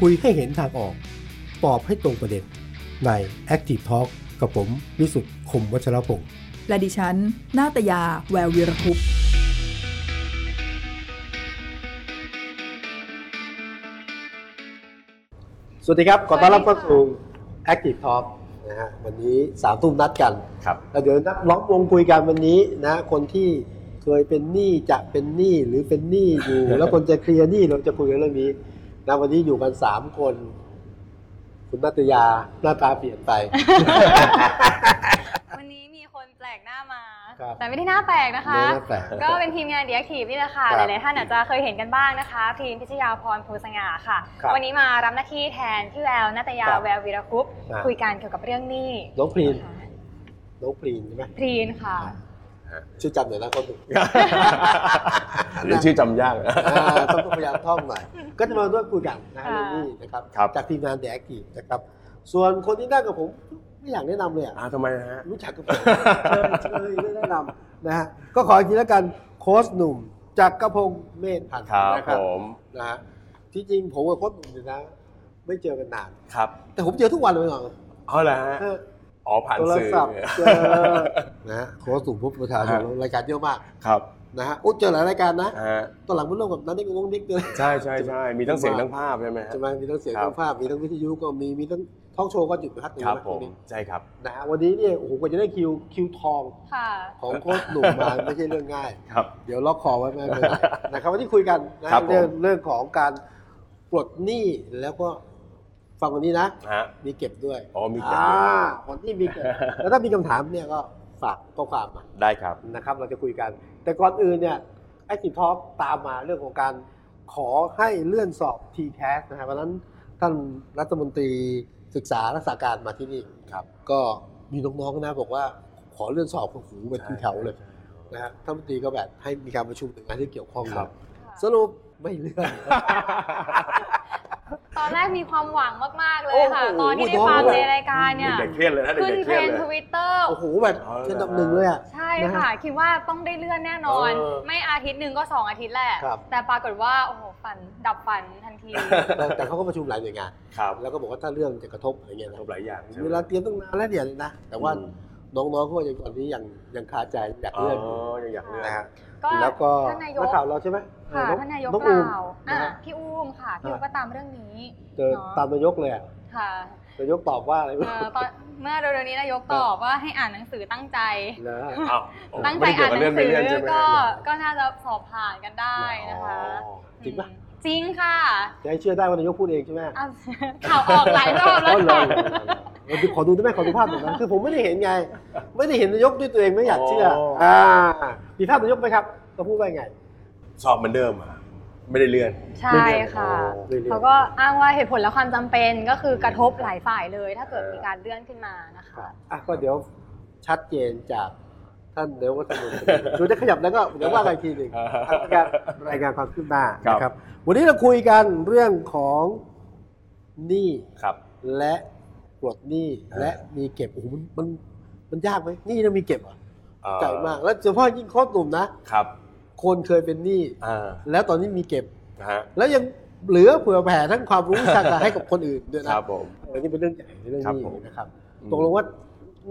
คุยให้เห็นทางออก ตอบให้ตรงประเด็น ใน Active Talk กับผมวิสุทธ์คมวัชรพงศ์ และดิฉัน นาตยา แวววีรคุปต์ สวัสดีครับ ขอต้อนรับเข้าสู่ Active Talk นะฮะวันนี้สามทุ่มนัดกัน ครับ แล้วเดี๋ยวนักล้อมวงคุยกันวันนี้นะคนที่เคยเป็นหนี้จะเป็นหนี้หรือเป็นหนี้อยู่ แล้วคนจะเคลียร์หนี้เราจะคุยกันเรื่องนี้นะวันนี้อยู่กันสามคน คุณนัตยาหน้าตาเปลี่ยนไป วันนี้มีคนแปลกหน้ามา ครับ แต่ไม่ได้หน้าแปลกนะคะ เนื้อหน้าแปลก ก็เป็นทีมงานเดียคีฟนี่แหละค่ะ ค ห รับ ลายๆท่านอาจจะเคยเห็นกันบ้างนะคะพีมพิชยาพรภูสง่าค่ะ ครับ วันนี้มารับหน้าที่แทนพี่แววนัตยา ครับ แวววีรคุปต์ ครับ คุยกันเกี่ยวกับเรื่องหนี้ น้องพรีน ค่ะ น้องพรีนใช่ไหม พรีนค่ะ ชื่อจำหน่อยนะคนหนึ่ง หรือชื่อจำยากนะ อ่าต้องพยายามท่องหน่ อยก็จะมาร่วมคุยกันนะฮะ ค่ะ เรื่องนี้นะครับ ครับ จากทีมงานแดกอีกนะครับ ส่วนคนที่นั่งกับผมไม่อยากแนะนำเลยอะ อ่าทำไมนะฮะ รู้จักกับผมเชิญเชยไม่แนะนำนะฮะก็ขออีกทีแล้วกันโค้ชหนุ่มจากกระพงศ์เมธพันธ์ ครับ นะ ผม นะฮะที่จริงผมกับโค้ชหนุ่มเนี่ยนะ ไม่เจอกันนาน ครับ แต่ผมเจอทุกวันเลยหน่อย เอาละฮะ เออ อ๋อ ผ่าน โทร สื่อ ศัพท์เจอนะฮะโค้ชหนุ่มพบประชาชน ฮะ รายการเยอะมาก ครับ นะฮะโอ้เจอหลายรายการนะ ฮะ ตอนหลังมันร่วมกับนั้นเด็กวงเด็กเลย ใช่ใช่ใช่มีทั้งเสียงทั้งภาพใช่ไหมฮะ ใช่ไหมมีทั้งเสียง ครับ ทั้งภาพมีทั้งวิทยุก็มีมีทั้งทอล์กโชว์ก็จุดประทัด ครับ นะ ผม ใช่ครับ นะฮะวันนี้เนี่ยโอ้โหกว่าจะได้คิวคิวทอง ค่ะ ของโค้ชหนุ่มมา ไม่ใช่เรื่องง่าย ครับ เดี๋ยวล็อกคอไว้ ไม่เป็นไรนะครับวันนี้คุยกันนะครับ ผม เรื่องเรื่องของการปลดหนี้แล้วก็ฟังวันนี้นะ ฮะ มีเก็บด้วย อ๋อมีเก็บ อ่า ด้วย คนที่มีเก็บแล้วถ้ามีคำถามเนี่ยก็ฝากข้อความมา ได้ครับ นะครับเราจะคุยกัน แต่ก่อนอื่นเนี่ยไอ i ิทอ k ตามมาเรื่องของการขอให้เลื่อนสอบ t c a s นะฮะวันนั้นท่านรัฐมนตรีศึกษารักษาการมาที่นี่ ครับ ก็มีน้องๆนะบอกว่าขอเลื่อนสอบของหูไปที่แถวเลยนะฮะท่านรัฐมนตรีก็แบบให้มีการประชุมหน่วยงานที่เกี่ยวข้อง ครับ สรุปไม่เลื่อน ตอนแรกมีความหวังมาก ๆ เลยค่ะ โอ้โห ตอนที่ได้ฟังในรายการเนี่ย เด็กๆเครียดเลยนะเด็ ขึ้น กๆเครียดเลยเทรนทวิตเตอร์ โอ้โหแบบเป็นอันดับหนึ่งเลยอ่ะ ใช่ค่ะ คิดว่าต้องได้เลื่อนแน่นอน เออ ไม่อาทิตย์หนึ่งก็สองอาทิตย์แหละ ครับ แต่ปรากฏว่า โอ้โหฝันดับฝันทันที แต่แต่เขาก็ประชุมหลายหน่วยงาน ครับ แล้วก็บอกว่าถ้าเรื่องจะกระทบอะไรเงี้ยนะ ทบหลายอย่างใช่ไหม เวลาเตรียมตั้งนานแล้วเนี่ยนะแต่ว่า อืม น้องๆเขายังตอนนี้ยังยังคาใจอยาก อ๋อ เลื่อนอยู่ ยังอยากเลื่อน นะฮะ ก็ แล้วก็ ท่านนายก ข่าวเราใช่ไหมเอ ค่ะ ออง ท่านนายก อง ก อูม ล่าว นะ อ่ะ ฮะ พี่อูมค่ะ พี่อูม อ่ะ ก็ตามเรื่องนี้ เจอ เนาะ ตามนายกเลยอะ ค่ะ นายกตอบว่าอะไรไม่ เอ่ รู้ อตอนเมื่อเร็วๆนี้นายกตอบว่าให้อ่านหนังสือตั้งใจ นะฮะ อ้าว ตั้งใจ ไม่ได้เกี่ อ่า ยวกัน บเลื่อนหนัง ไป สือ เลื่อนใช่ไหม ก็ ฮะ ก็น่าจะสอบผ่านกันได้นะคะ อ๋อ จริงปะ อืมจริงค่ะ จะให้เชื่อได้ว่านายกพูดเองใช่ไหม อ่ะ ข่าวออกหลายรอบแล้ว เหร ค่ะ เออขอดูได้ไหมขอดูภาพหน่อยนะคือผมไม่ได้เห็นไง ไม่ได้เห็นนายกด้วยตัวเองไม่อยากเชื่ออ ออ่ ่ามีภาพนายกไหมครับเขาพูดว่าไง สอบเหมือนเดิมอ่ะไม่ได้เลื่อน ใช่ค่ะ เรื่อยๆ เขาก็อ้างว่าเหตุผลและความจำเป็นก็คือกระทบหลายฝ่ายเลย ถ้าเกิดมีการเลื่อนขึ้นมานะคะ อ่ะก็เดี๋ยวชัดเจนจากท่านนายกรัฐมนตรีเดี๋ยวจะขยับแล้วก็เดี๋ยวว่าอะไรทีหนึ่ง การรายงานความคืบหน้า ครับ นะครับ วันนี้เราคุยกันเรื่องของหนี้ ครับ และปลดหนี้ อ่า และมีเก็บโอ้โหมันมันมันยากไหมหนี้เรามีเก็บเหรอ่ะ เอ่อ ใจมาก แล้วเฉพาะยิ่งโค้ชหนุ่มนะ ครับ คนเคยเป็นหนี้ อ่า แล้วตอนนี้มีเก็บ นะฮะ แล้วยังเหลือเผื่อแผ่ทั้งความรู้วิชาการให้กับคนอื่นด้วย ค นะ รับผม เออนี่เป็นเรื่องใหญ่เรื่องห ครับผ นี้ ม นะครับ อืม ตกลงว่า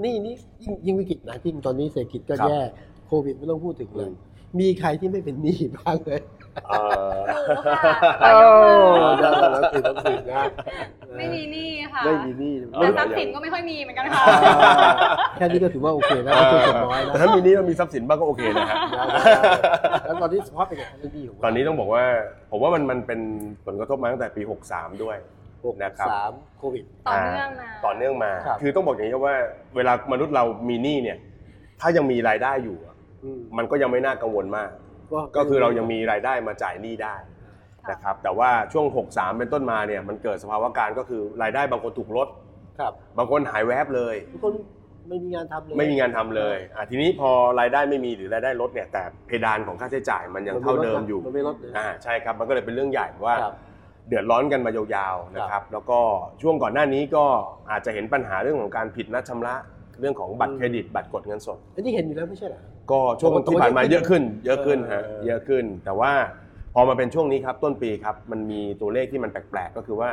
หนี้นี่ยิ่งยิ่งวิกฤตนะยิ่งตอนนี้เศรษฐกิจก็ ครับ แย่โควิดไม่ต้องพูดถึงเลย อืม มีใครที่ไม่เป็นหนี้บ้างเลย เอ่อ หนูค่ะ โอ้ ได้ แล้วสิแล้วสินะ ไม่มีหนี้ค่ะ ไม่มีหนี่ แต่ทรัพย์สินก็ไม่ค่อยมีเหมือนกันค่ะ แค่นี้ก็ถือว่าโอเคนะเป็นส่วนน้อยนะ แต่ถ้ามีหนี้เรามีทรัพย์สินบ้างก็โอเคนะฮะ แล้วตอนนี้สภาพเป็นยังไงไม่ดีของ ตอนนี้ต้องบอกว่า ผมว่ามันมันเป็นผลกระทบมาตั้งแต่ปี 63 ด้วย หก นะครับ สามโควิด ต่อเนื่องมา ต่อเนื่องมา ครับ คือต้องบอกอย่างนี้ครับว่า เวลามนุษย์เรามีหนี้เนี่ย ถ้ายังมีรายได้อยู่อะ อืม มันก็ยังไม่น่ากังวลมาก ก็คือเรายังมีรายได้มาจ่ายหนี้ได้นะครับ แต่ว่าช่วง 63 เป็นต้นมาเนี่ยมันเกิดสภาวะการณ์ก็คือรายได้บางคนถูกลด ครับ บางคนหายแวบเลย ทุกคนไม่มีงานทำเลย ไม่มีงานทำเลยอ่ะทีนี้พอรายได้ไม่มีหรือรายได้ลดเนี่ยแต่เพดานของค่าใช้จ่ายมันยังเท่าเดิมอยู่ มันไม่ลดเลย อ่าใช่ครับ มันก็เลยเป็นเรื่องใหญ่ว่า ครับ เดือดร้อนกันมายาวๆนะค ครั รั บบ แล้วก็ช่วงก่อนหน้านี้ก็อาจจะเห็นปัญหาเรื่องของการผิดนัดชำระ เรื่องของบัต อื ร ม เครดิต บัตรกดเงินสด อันนี้เห็นอยู่แล้วไม่ใช่เหรอ ก็ช่วง โอ้โห ที่ผ่านมาเยอะขึ้น เยอะขึ้นฮะ เออ เยอะขึ้น แต่ว่าพอมาเป็นช่วงนี้ครับต้นปีครับมันมีตัวเลขที่มันแปลกๆ ก็คือว่า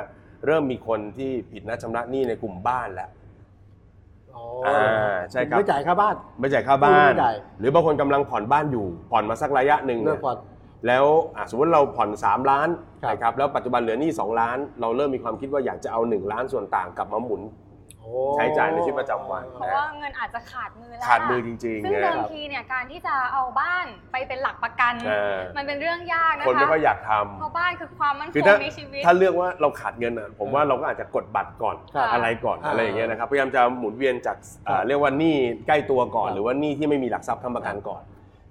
เริ่มมีคนที่ผิดนัดชำระหนี้ในกลุ่มบ้านแล้ว อ๋อ อ่าใช่ครับ ไม่จ่ายค่าบ้าน ไม่จ่ายค่าบ้าน ไม่จ่าย หรือบางคนกำลังผ่อนบ้านอยู่ ผ่อนมาสักระยะหนึ่ง เลิ เนี่ ก ย ผ่อน แล้วอ่ะสมมติเราผ่อน 3 ล้าน ครับ นะครับแล้วปัจจุบันเหลือหนี้2ล้าน เราเริ่มมีความคิดว่าอยากจะเอา 1 ล้านส่วนต่างกลับมาหมุน โอ้ ใช้จ่ายในชีวิตประจำวัน เพราะว่าเงินอาจจะขาดมือแล้ว ขาดมือจริง ซึ่ ๆ ง นะ เดิมทีเนี่ยการที่จะเอาบ้านไปเป็นหลักประกัน อ่า มันเป็นเรื่องยากนะ คนไม่ คะ ค่อยอยากทำ เพราะบ้านคือความมั่นค คือง ถ้า ในชีวิต ถ้าเลือกว่าเราขาดเงินอ่ะผมว่าเราก็อาจจะกดบัตรก่อน ครับ ค่ะ อะไรก่อน อ่า อะไรอย่างเงี้ยนะครับพยายามจะหมุนเวียนจากเอ่อ ครับ เรียกว่าหนี้ใกล้ตัวก่อน ครับ หรือว่าหนี้ที่ไม่มีหลักทรัพย์ค้ำประกันก่อน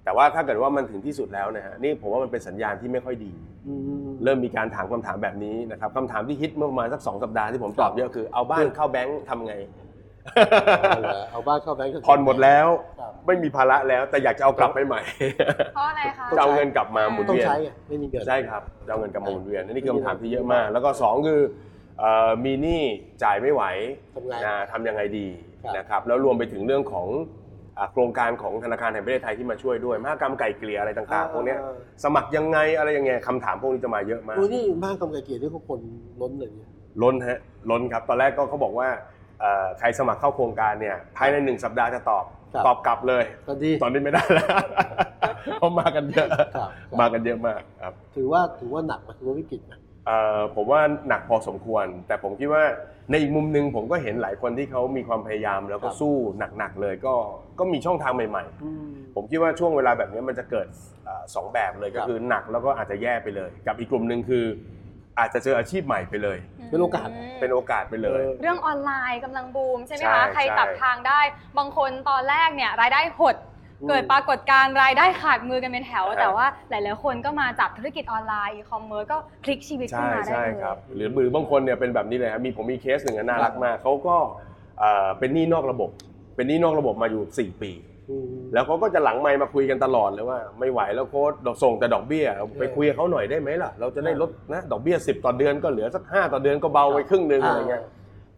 แต่ว่าถ้าเกิดว่ามันถึงที่สุดแล้วนะฮะนี่ผมว่ามันเป็นสัญญาณที่ไม่ค่อยดี อืม เริ่มมีการถามคำถามแบบนี้นะครับคำถามที่ฮิตเมื่อประมาณสักสองสัปดาห์ที่ผมตอคบรับ เยอะคือเอาบ้านเข้าแบงค์ทำไง เอาเหรอเอาบ้านเข้าแบงก์ก็ ผ่อนหมดแล้ว ครับ ไม่มีภาระแล้วแต่อยากจะเอากลับไปใหม่ เพราะอะไรคะ จะเอาเงินกลับมาหมุน ต้อง เวียน ใช้ไงไม่มีเงิน ใช่ครับจะเอาเงินกลับมาหมุนเวียนนี่คือ ไม่มี คำถามที่เยอะมาก แล้วก็ 2 คือเอ่อมีหนี้จ่ายไม่ไหว ทำไง นะทำยังไงดี ครับ นะครับแล้วรวมไปถึงเรื่องของอ่าโครงการของธนาคารแห่งประเทศไทยที่มาช่วยด้วยมหากรรมไก่เกลี่ยอะไรต่างๆพวกเนี้ย อ่า สมัครยังไงอะไรยังไงคำถามพวกนี้จะมาเยอะมาก ดูนี่บ้านกำกับเกียรตินี่ก็คนล้นเลยเนี่ย ล้นฮะล้นครับ ตอนแรกก็เขาบอกว่าเอ่อใครสมัครเข้าโครงการเนี่ยภายในหนึ่งสัปดาห์จะตอบ ครับ ตอบกลับเลย ก็ดี ตอนนี้ไม่ได้แล้ว เพราะมากันเยอะ ครับ มากันเยอะมากครับ ถือว่าถือว่าหนักไหมถือว่าวิกฤตไหม เอ่อผมว่าหนักพอสมควร แต่ผมคิดว่าในอีกมุมหนึ่งผมก็เห็นหลายคนที่เขามีความพยายามแล้วก็ ครับ สู้หนักๆเลยก็ก็มีช่องทางใหม่ อืม ๆ ผมคิดว่าช่วงเวลาแบบนี้มันจะเกิดเอ่อสองแบบเลยก็ ครับ คือหนักแล้วก็อาจจะแย่ไปเลย กับอีกกลุ่มหนึ่งคือ อาจจะเจออาชีพใหม่ไปเลย เป็นโอกาส ม เป็นโอกาสไปเลย เออ เรื่องออนไลน์กำลังบูมใช่ไหม ใช่ คะ ใคร ใช่ ตับทางได้ บางคนตอนแรกเนี่ยรายได้หด เกิดปรากฏการณ์รายได้ขาดมือกันเป็นแถว แต่ว่าหลายๆคนก็มาจับธุรกิจออนไลน์อีคอมเมิร์ซก็พลิกชีวิตขึ้น ใช่ มาได้ ใช่ เลย ครับหรือหรือบางคนเนี่ยเป็นแบบนี้เลยครับมีผมมีเคสหนึ่งอะน่ารักมากเขาก็เอ่อเป็นหนี้นอกระบบ เป็นหนี้นอกระบบมาอยู่ 4 ปี อืม แล้วเขาก็จะหลังไมค์มาคุยกันตลอดเลยว่าไม่ไหวแล้วโค้ดเราส่งแต่ดอกเบี้ยไปคุยกับเขาหน่อยได้ไหมล่ะ เราจะได้ลดนะดอกเบี้ย 10 ต่อเดือนก็เหลือสัก 5 ต่อเดือนก็เบาไปครึ่งหนึ่ง อ่า อะไรเงี้ย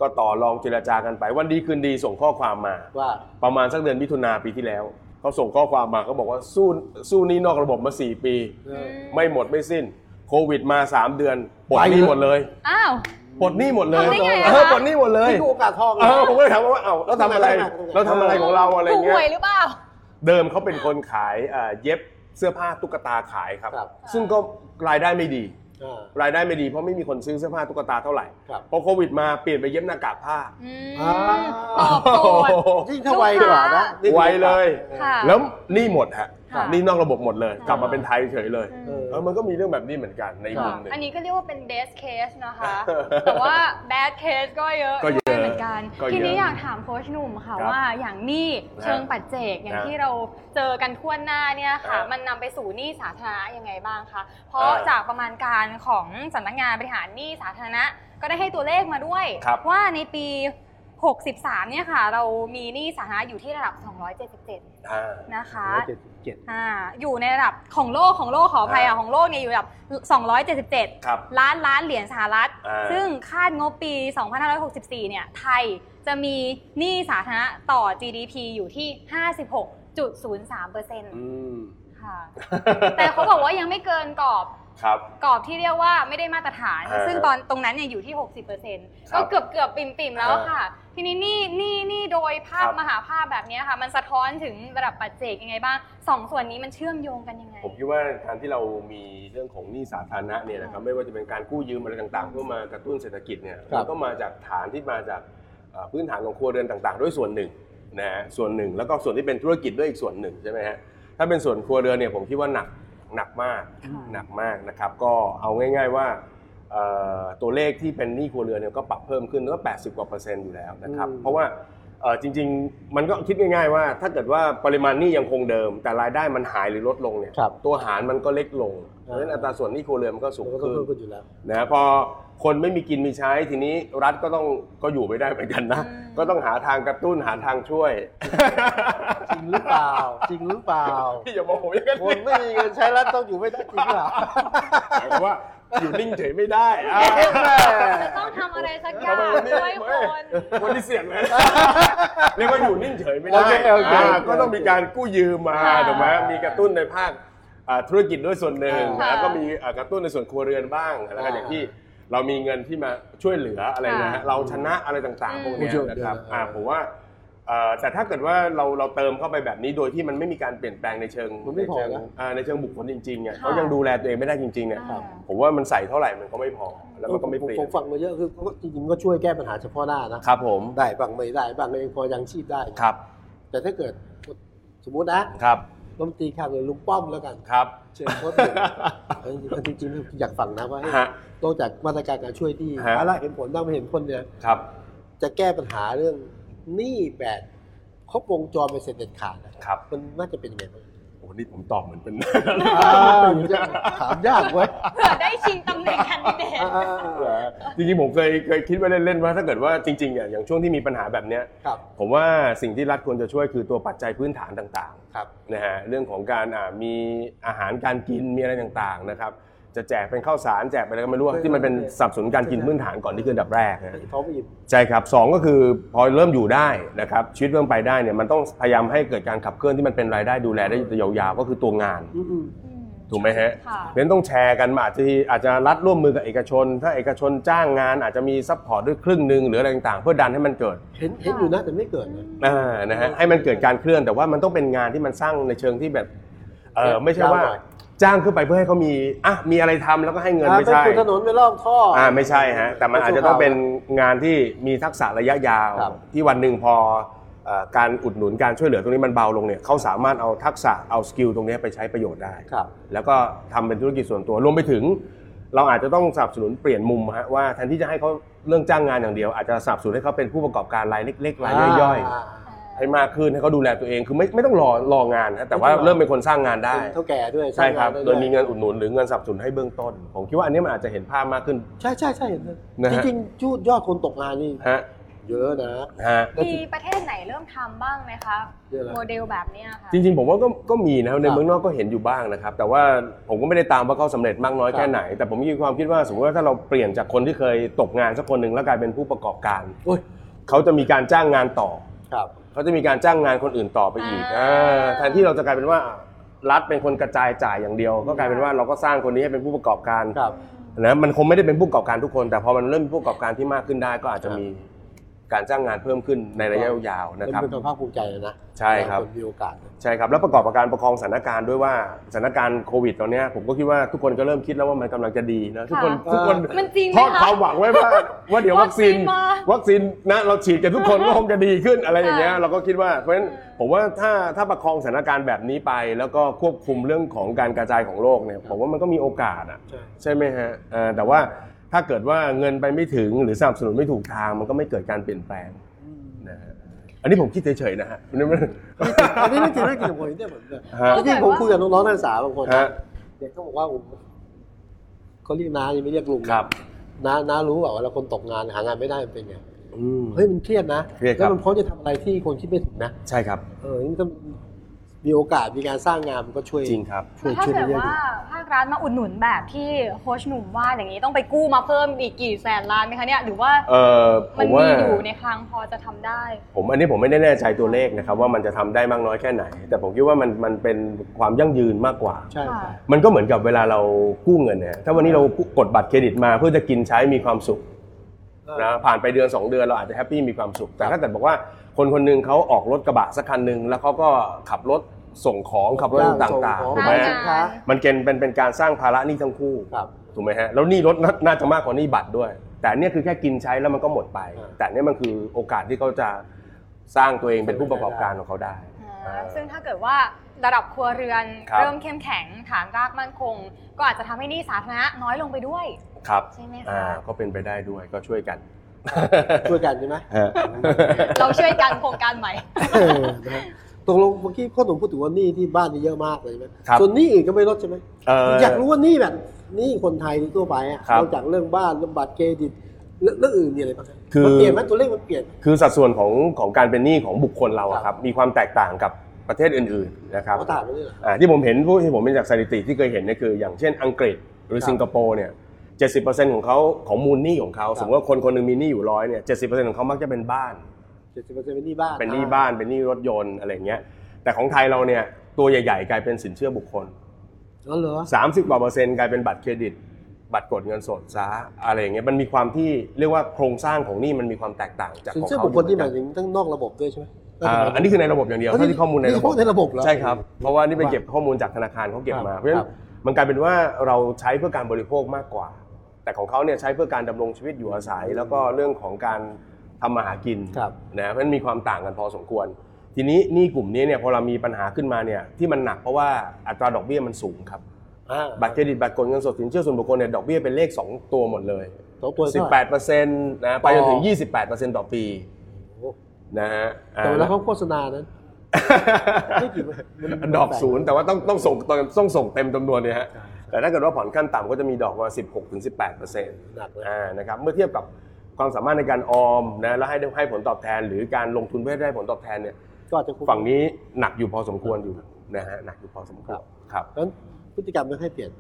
ก็ต่อรองเจรจากันไป วันดีคืนดีส่งข้อความมา ว่า ประมาณสักเดือนมิถุนาปีที่แล้วเขาส่งข้อความมาเขาบอกว่าสู้สู้หนี่นอกระบบมา 4 ปี เออ ไม่หมดไม่สิ้นโควิดมา 3 เดือนปลดหนี้ ไปเลย หมดเลย อ้าว ปลดหนี้หมดเลย ทำได้ไงอะ เออปลดหนี้หมดเลย นี่คือโอกาสทอง เอ นะ อผมก็เลยถามว่าเอ้าเราทำอะไรเราทำอะไรของเราอะไร ถูกห เงี้ย วยหรือเปล่า เดิมเขาเป็นคนขายเอ่อเย็บเสื้อผ้าตุ๊กตาขายครับ ครับ ซึ่งก็รายได้ไม่ดี อ่าร ายได้ไม่ดีเพราะไม่มีคนซื้อเสื้อผ้าตุ๊กตาเท่าไหร่ ครับ พอโควิดมาเปลี่ยนไปเย็บหน้ากากผ้า อืม อ่า ตอบโจทย์ ยิ่งถ้าไวกว่านะนี่คือ ไวเลย ค่ะ แล้วหนี่หมดฮะ ค่ะ หนี่นอกระบบหมดเลย ค่ะ กลับมาเป็นไทยเฉยเลย อืเออมเออมันก็มีเรื่องแบบนี้เหมือนกันใน ค่ะ มุมหนึ่ง อันนี้ก็เรียกว่าเป็น best case นะคะ แต่ว่า bad case ก็เยอะ ก็เยอะ ด้วยเหมือนกัน ก็เยอะ ทีนี้อยากถามโค้ชหนุ่มคค่ะรับ ว่าอย่างหนี้ นะ เชิงปัจเจกอย่าง นะ ที่เราเจอกันทั่วหน้าเนี่ยค่ะ อ่ามั มันนำไปสู่หนี้สาธารณะยังไงบ้างคะ เพราะ อ่า จากประมาณการของสำนักงานบริหารหนี้สาธารณะ ก็ได้ให้ตัวเลขมาด้วย ครับ ว่าในปี 63 เนี่ยค่ะ เรามีหนี้สาธารณะอยู่ที่ระดับ 277 อ่า นะคะ เจ็ดสิบเจ็ด อ่าอยู่ในระดับของโลกของโลกขออภัยอ่ะ อ่า ของโลกเนี่ยอยู่ระดับ 277 ครับ ล้านล้านเหรียญสหรัฐ อ่า ซึ่งคาดงบปี 2564 เนี่ย ไทยจะมีหนี้สาธารณะต่อ GDP อยู่ที่ อื 56.03% ม ค่ะ แต่เขาบอกว่ายังไม่เกินกรอบ ครับ กรอบที่เรียกว่าไม่ได้มาตรฐาน อ่า ซึ่งตอนตรงนั้นเนี่ยอยู่ที่ 60% ครั ก็ บ เกือบเกือบปิ่มปิ่มๆแล้ว อ่า ค่ะ ทีนี้นี่นี่นี่โดยภาคพรับ มหาภาพแบบเนี้ยค่ะ มันสะท้อนถึงระดับปัจเจกยังไงบ้างสองส่วนนี้มันเชื่อมโยงกันยังไง ผมคิดว่าการที่เรามีเรื่องของหนี้สาธารณะเนี่ยนะครับไม่ว่าจะเป็นการกู้ยืมอะไรต่างๆ เพื่อมากระตุ้นเศรษฐกิจเนี่ย ครับ มันก็มาจากฐานที่มาจากเอ่อพื้นฐานของครัวเรือนต่างๆ ด้วยส่วนหนึ่งนะฮะส่วนหนึ่งแล้วก็ส่วนที่เป็นธุรกิจด้วยอีกส่วนหนึ่งใช่ไหมฮะถ้าเป็นส่วนครัวเรือนเนี่ยผมคิดว่าหนักหนักมาก ค่ะ หนักมากนะครับก็เอาง่าย ๆว่าเอ่อตัวเลขที่เป็นหนี้ครัวเรือนเนี่ยก็ปรับเพิ่มขึ้นก็80กว่าเปอร์เซ็นต์อยู่แล้วนะครับ อืม เพราะว่า เอ่อจริงๆ มันก็คิดง่ายๆว่า ถ้าเกิดว่าปริมาณหนี้ยังคงเดิม แต่รายได้มันหายหรือลดลงเนี่ย ครับ ตัวหารมันก็เล็กลงเพ อ่า ราะฉะนั้นอัตราส่วนหนี้ครัวเรือนมันก็สูง มันก็ต้องเพิ่ขึ้นมขึ้นอยู่แล้ว นะพอคนไม่มีกินมีใช้ทีนี้รัฐก็ต้องก็อยู่ไม่ได้เหมือนกันนะ อืม ก็ต้องหาทางกระตุ้นหาทางช่วย จริงหรือเปล่า จริงหรือเปล่า พี่ อย่าโมโหอย่างนั้น คนไม่มีเงินใช้รัฐต้องอยู่ไม่ได้จริงหรือเปล่า หมายความว่าอยู่นิ่งเฉยไม่ได้อ่า แม่ จะต้องทำอะไรสักอย่าง ทำไมวันนี้ ช่วยคน วันนี้เสียงเลยเรียกว่าอยู่นิ่งเฉยไม่ได้ โอเคโอเค อ่าก็ต้องมีการ การกู้ยืมมา อ่า ถูกไหมมีกระตุ้นในภาคอ่าธุรกิจด้วยส่วนหนึ่ง อ่า แล้วก็มีอ่ากระตุ้นในส่วนครัวเรือนบ้างแล้วก็ อ่า อย่างที่ เรามีเงินที่มาช่วยเหลืออะไรนะฮะ ค่ะ เราชนะอะไรต่างๆพอืมวกเนี้ยนะครับ ผู้ช่วยเหลืออ่ อ่าผมว่าเอ่อแต่ถ้าเกิดว่าเราเราเติมเข้าไปแบบนี้โดยที่มันไม่มีการเปลี่ยนแปลงในเชิง มันไม่พอ ในเชิง นะ อ่าในเชิงบุคคลจริงๆเนี่ยเขายังดูแลตัวเองไม่ได้จริงๆเนี่ย อ่า ผมว่ามันใส่เท่าไหร่มันก็ไม่พอ แล้วมันก็ไม่เปลี่ย ผ น มฟังมาเยอะคือเขาก็จริงๆมันก็ช่วยแก้ปัญหาเฉพาะหน้านะครับ ผม ได้บางไม่ได้บางก็ยังพอยังชีพได้ ครับ แต่ถ้าเกิดสมมตินะครับ รัฐมนตรีข้าวเลยลุงป้อมแล้วกัน ครับ เชิญโค้ชหนึ่งเออจริงๆอยากฟังนะว่า ฮะ นอกจากมาตรการการช่วยที่ ฮะ หาละเห็นผลบ้างไม่เห็นผลเนี่ย ครับ จะแก้ปัญหาเรื่องหนี้แบบครบวงจรเป็นเสร็จเด็ดขาดนะครับ มันน่าจะเป็นยังไงบ้าง โอ้นี่ผมตอบเหมือน เป็น จะถามยากเว้ย เผื่อได้ชิงตำแหน่งแคนดิเดต อ่าๆๆ จริงๆผมเคยเคยคิดไว้เล่นๆว่าถ้าเกิดว่าจริงๆเนี่ยอย่างช่วงที่มีปัญหาแบบเนี้ย ครับ ผมว่าสิ่งที่รัฐควรจะช่วยคือตัวปัจจัยพื้นฐานต่าง ครับ ๆนะฮะเรื่องของการอ่ามีอาหารการกินมีอะไรต่างๆนะครับจะแจกเป็นข้าวสารแจกไปอะไรก็ไม่รู้อะที่มันเป็นสนับสนุนการกินพื้นฐานก่อนที่คืออันดับแรกนะฮะ ท้องไม่อิ่ม ใช่ครับสองก็คือพอเริ่มอยู่ได้นะครับชีวิตเริ่มไปได้เนี่ยมันต้องพยายามให้เกิดการขับเคลื่อนที่มันเป็นรายได้ดูแลได้ยาวๆก็คือตัวงานถูกไหมฮะ ค่ะ เพราะฉะนั้นต้องแชร์กันมาอาจจะอาจจะรัฐร่วมมือกับเอกชน ถ้าเอกชนจ้างงานอาจจะมีซัพพอร์ตด้วยครึ่งหนึ่งหรืออะไรต่างๆ เพื่อดันให้มันเกิด เห็นเห็นอยู่นะแต่ไม่เกิดนะ อ่านะฮะให้มันเกิดการเคลื่อนแต่ว่ามันต้องเป็นงานที่มันสร้างในเชิงที่แบบเออไม่ใช่ว่า ยาวหน่อย จ้างขึ้นไปเพื่อให้เขามีอ่ะมีอะไรทำแล้วก็ให้เงินไม่ใช่ อ่าปขุดถนนไปลอกท่ออ่า อ่าไม่ใช่ฮะแต่มันอาจจะต้องเป็นงานที่มีทักษะระยะยาว ครับ ที่วันหนึ่งพอเอ่อการอุดหนุนการช่วยเหลือตรงนี้มันเบาลงเนี่ยเขาสามารถเอาทักษะเอาสกิลตรงนี้ไปใช้ประโยชน์ได้ ครับ แล้วก็ทำเป็นธุรกิจส่วนตัวรวมไปถึง เราอาจจะต้องสนับสนุนเปลี่ยนมุมฮะว่าแทนที่จะให้เขาเรื่องจ้างงานอย่างเดียว อาจจะสนับสนุนให้เขาเป็นผู้ประกอบการรายเล็กๆรายย่อยๆให้มากขึ้นให้เขาดูแลตัวเองคือไม่ไม่ต้องรอรองานฮะแต่ว่า ไม่ต้องรอ เริ่มเป็นคนสร้างงาน ได้ ได้ เท่าแก่ด้วย ใช่ครับ สางาน โดยมีเงินอุดหนุนหรือเงินสนับสนุนให้เบื้องต้น ผมคิดว่าอันนี้มันอาจจะเห็นภาพมากขึ้น ใช่ใช่ใช่เห็นเลย นะ จ ฮะ ริงๆยูดยอดคนตกงานนี่ ฮะ เยอะนะ ฮะ มีประเทศไหนเริ่มทำบ้างไหมคะ เยอะเลย โมเดลแบบเนี้ยค่ะ จริงๆ ผมว่าก็ก็มีนะครับใน ครับ เมืองนอกก็เห็นอยู่บ้างนะครับ แต่ว่าผมก็ไม่ได้ตามว่าเขาสำเร็จมากน้อย ครับ แค่ไหน แต่ผมมีความคิดว่าสมมติว่าถ้าเราเปลี่ยนจากคนที่เคยตกงานสักคนหนึ่งแล้วกลายเป็นผู้ประกอบการ โอ้ย เขาจะมีการจ้างงานต่อ ครับ เขาจะมีการจ้างงานคนอื่นต่อไปอีก อ่า อ่าแทนที่เราจะกลายเป็นว่ารัฐเป็นคนกระจายจ่ายอย่างเดียว ก็กลายเป็นว่าเราก็สร้างคนนี้ให้เป็นผู้ประกอบการ ครับ นะมันคงไม่ได้เป็นผู้ประกอบการทุกคน แต่พอมันเริ่มมีผู้ประกอบการที่มากขึ้นได้ ก็อาจจะมีการจ้างงานเพิ่มขึ้นในระยะยาวๆนะครับ เป็นความภาคภูมิใจเลยนะ ใช่ครับ นมีโอกาสนะ ใช่ครับ แล้วประกอบกับการประคองสถานการณ์ด้วยว่าสถานการณ์โควิดตอนเนี้ยผมก็คิดว่าทุกคนก็เริ่มคิดแล้วว่ามันกำลังจะดีนะทุกคน ค่ะ ทุกคน มันจริงไห ท ม อดค คะ วามหวังไว้ว่าว่าเดี๋ยววัคซีน วัคซีนมา วัคซีนนะเราฉีดกันทุกคนก็คงจะดีขึ้นอะไรอย่างเงี้ย ค่ะ เราก็คิดว่าเพราะฉะนั้นผมว่าถ้าถ้าประคองสถานการณ์แบบนี้ไป แล้วก็ควบคุมเรื่องของการกระจายของโรคเนี่ยผมว่ามันก็มีโอกาสอะ ใช่ ใช่ไหมฮะเอ่อแต่ว่าถ้าเกิดว่าเงินไปไม่ถึงหรือสนับสนุนไม่ถูกทางมันก็ไม่เกิดการเปลี่ยนแปลงนะฮะอันนี้ผมคิดเฉยๆนะฮะ อันนี้ไม่จริงไม่จริงผมเห็นด้วยเหมือนกัน ฮะ จริงๆผมคุยกับน้องๆนักศึกษาบางคนนะ ฮะ เด็กเขาบอกว่าผมเขาเรียกน้ายังไม่เรียกลุงนะครับ น้าน้ารู้เปล่าว่าเราคนตกงานหางานไม่ได้มันเป็นไง อืม เฮ้ยมันเครียดนะ เครียดครับ แล้วมันพร้อมจะทำอะไรที่คนคิดไม่ถึงนะ ใช่ครับ เออนี่ก็มีโอกาสมีการสร้างงานมันก็ช่วย จริงครับ ช่วย ถ้า ช่วย เกิ ได้ ด เยอะอ ว่า ยู่ ภาครัฐมาอุดหนุนแบบที่โค้ชหนุ่มว่าอย่างนี้ต้องไปกู้มาเพิ่มอีกกี่แสนล้านไหมคะเนี่ยหรือว่า เอ่อผ มัน ม มี ว่า อยู่ในคลังพอจะทำได้ ผมอันนี้ผมไม่ได้แน่ใจตัวเลขนะครับว่ามันจะทำได้มากน้อยแค่ไหน แต่ผมคิดว่ามันมันเป็นความยั่งยืนมากกว่า ใช่ใช่ มันก็เหมือนกับเวลาเรากู้เงินนะฮะถ้าวันนี้เรากดบัตรเครดิตมาเพื่อจะกินใช้มีความสุขนะผ่านไปเดือนสองเดือนเราอาจจะแฮปปี้มีความสุข แต่ถ้าเกิดบอกว่าคนคนหนึงเขาออกรถกระบะสักคันหนึ่งแล้วเขาก็ขับรถส่งของขับรถต่างๆ ส่งของ ถูกไหม ใช่ ฮะมันเกณฑ์เป็นเป็นการสร้างภาระหนี้ทั้งคู่ ครับ ถูกไหมฮะแล้วหนี่รถน่าน่าจะมากกว่าหนี่บัตรด้วย แต่อันเนี่ยคือแค่กินใช้แล้วมันก็หมดไป อ่า แต่อันเนี่ยมันคือโอกาสที่เขาจะสร้างตัวเองเป็นผู้ประกอบการของเขาได้ อ่าซึ่งถ้าเกิดว่าระดับครัวเรือน ครับ เริ่มเข้มแข็งฐานรากมั่นคง ก็อาจจะทำให้หนี้สาธารณะน้อยลงไปด้วย ครับ ใช่ไหม อ่า คะ ก็เป็นไปได้ด้วยก็ช่วย กัน ช่วยกันใช่ไหม ฮะ เราช่วยกันโครงการใหม่ เออนะฮะตกลงเมื่อกี้พ่อหนุ่มพูดถึงว่าหนี้ที่บ้านนี่เยอะมากเลยใช่ไหม ครับ ส่วนหนี้อื่นก็ไม่ลดใช่ไหม เ อยากรู้ว่าหนี่แบบหนี่คนไทยทั่วไปอะ ครับ นอกจากเรื่องบ้านเรื่องบัตรเครดิตเรื่องเรื่องอื่นมีอะไรบ้างรับ คือ มันเปลี่ยนไหมตัวเลขมันเปลี่ยนไหม คือสัดส่วนของของการเป็นหนี้ของบุคคลเราอะ ค ค รั รับ บมีความแตกต่างกับประเทศอื่นๆนะครับ เขาถามไปเรื่อยเหรอ อ่าที่ผมเห็นพวกที่ผมเป็นจากสถิติที่เคยเห็นเนี่ยคือ อย่างเช่นอังกฤษหรืคอรับ สิงคโปร์เนี่ยเจ็ดสิบเปอร์เซ็นต์ของเขาของมูลหนี้ของเขา ครับ สมมติว่าคนคนหนึงมีหนี้อยู่ร้อยเนี่ยเจ็ดสิบเปอร์เซ็นต์ของเขามักจะเป็นบ้าน เจ็ดสิบเปอร์เซ็นต์เป็นหนี้บ้าน เป็นหนี้บ้านเป็นหนี้รถยนต์อะไรอย่างเงี้ยแต่ของไทยเราเนี่ยตัวใหญ่ๆ กลายเป็นสินเชื่อบุคคล อ๋อเหรอ 30กว่าเปอร์เซ็นต์กลายเป็นบัตรเครดิต บัตรกดเงินสดซะอะไรอย่างเงี้ยมันมีความที่เรียกว่าโครงสร้างของหนี้มันมีความแตกต่างจาก สิน ของ เชื่อ เขา บุคคลที่ห อ มาย ยู่เหมือถึงนกันทั้งนอกระบบด้วยใช่ไหม อ่าอันนี้คือในระบบอย่างเดียวเท่าที่ข้อมูลในระบบ ข้อมูลในระบบเหรอ ใช่ครับ เพราะว่านี่ไปเก็บข้อมูลจากธนาคารเขาเก็บมา ครับ เพราะฉะคนั้รั น บ มันกลายเป็นว่าเราใช้เพื่อการบริโภคมากกว่า แต่ของเขาเนี่ยใช้เพื่อการดำรงชีวิตอยู่อาศัย แล้วก็เรื่องของการทำมาหากิน ครับ นะเพราะฉะนั้นมีความต่างกันพอสมควร ทีนี้หนี่กลุ่มนี้เนี่ยพอเรามีปัญหาขึ้นมาเนี่ยที่มันหนักเพราะว่าอัตราดอกเบี้ยมันสูงครับ อ่า บัตรเครดิตบัตรกดเงินสดสินเชื่อส่วนบุคคลเนี่ยดอกเบี้ยเป็นเลขสองตัวหมดเลย สองตัวเท่าไหร่ 18%นะไปจนถึง ต่ 28%ต่อปี โอ้โห นะฮะอ่า แต่เวลาเขาโฆษณานั้น ไม่กี่วันมัน ดอกศูนย์แต่ว่าต้องต้องส่งตอนต้องส่งเต็มจำนวนเนี่ยฮะ ใช่ แต่ถ้าเกิดว่าผ่อนขั้นต่ำก็จะมีดอกประมาณ16ถึง18เปอร์เซ็นต์ หนักเลย นะครับเมื่อเทียบกับความสามารถในการออมนะแล้วให้ได้ให้ผลตอบแทน หรือการลงทุนเพื่อให้ได้ผลตอบแทนเนี่ย ก็อาจจะคุ้ม ฝั่งนี้หนักอยู่พอสมควรอยู่นะฮะหนักอยู่พอสมควรครับ เพราะฉะนั้นพฤติกรรมไม่ค่อยเปลี่ยน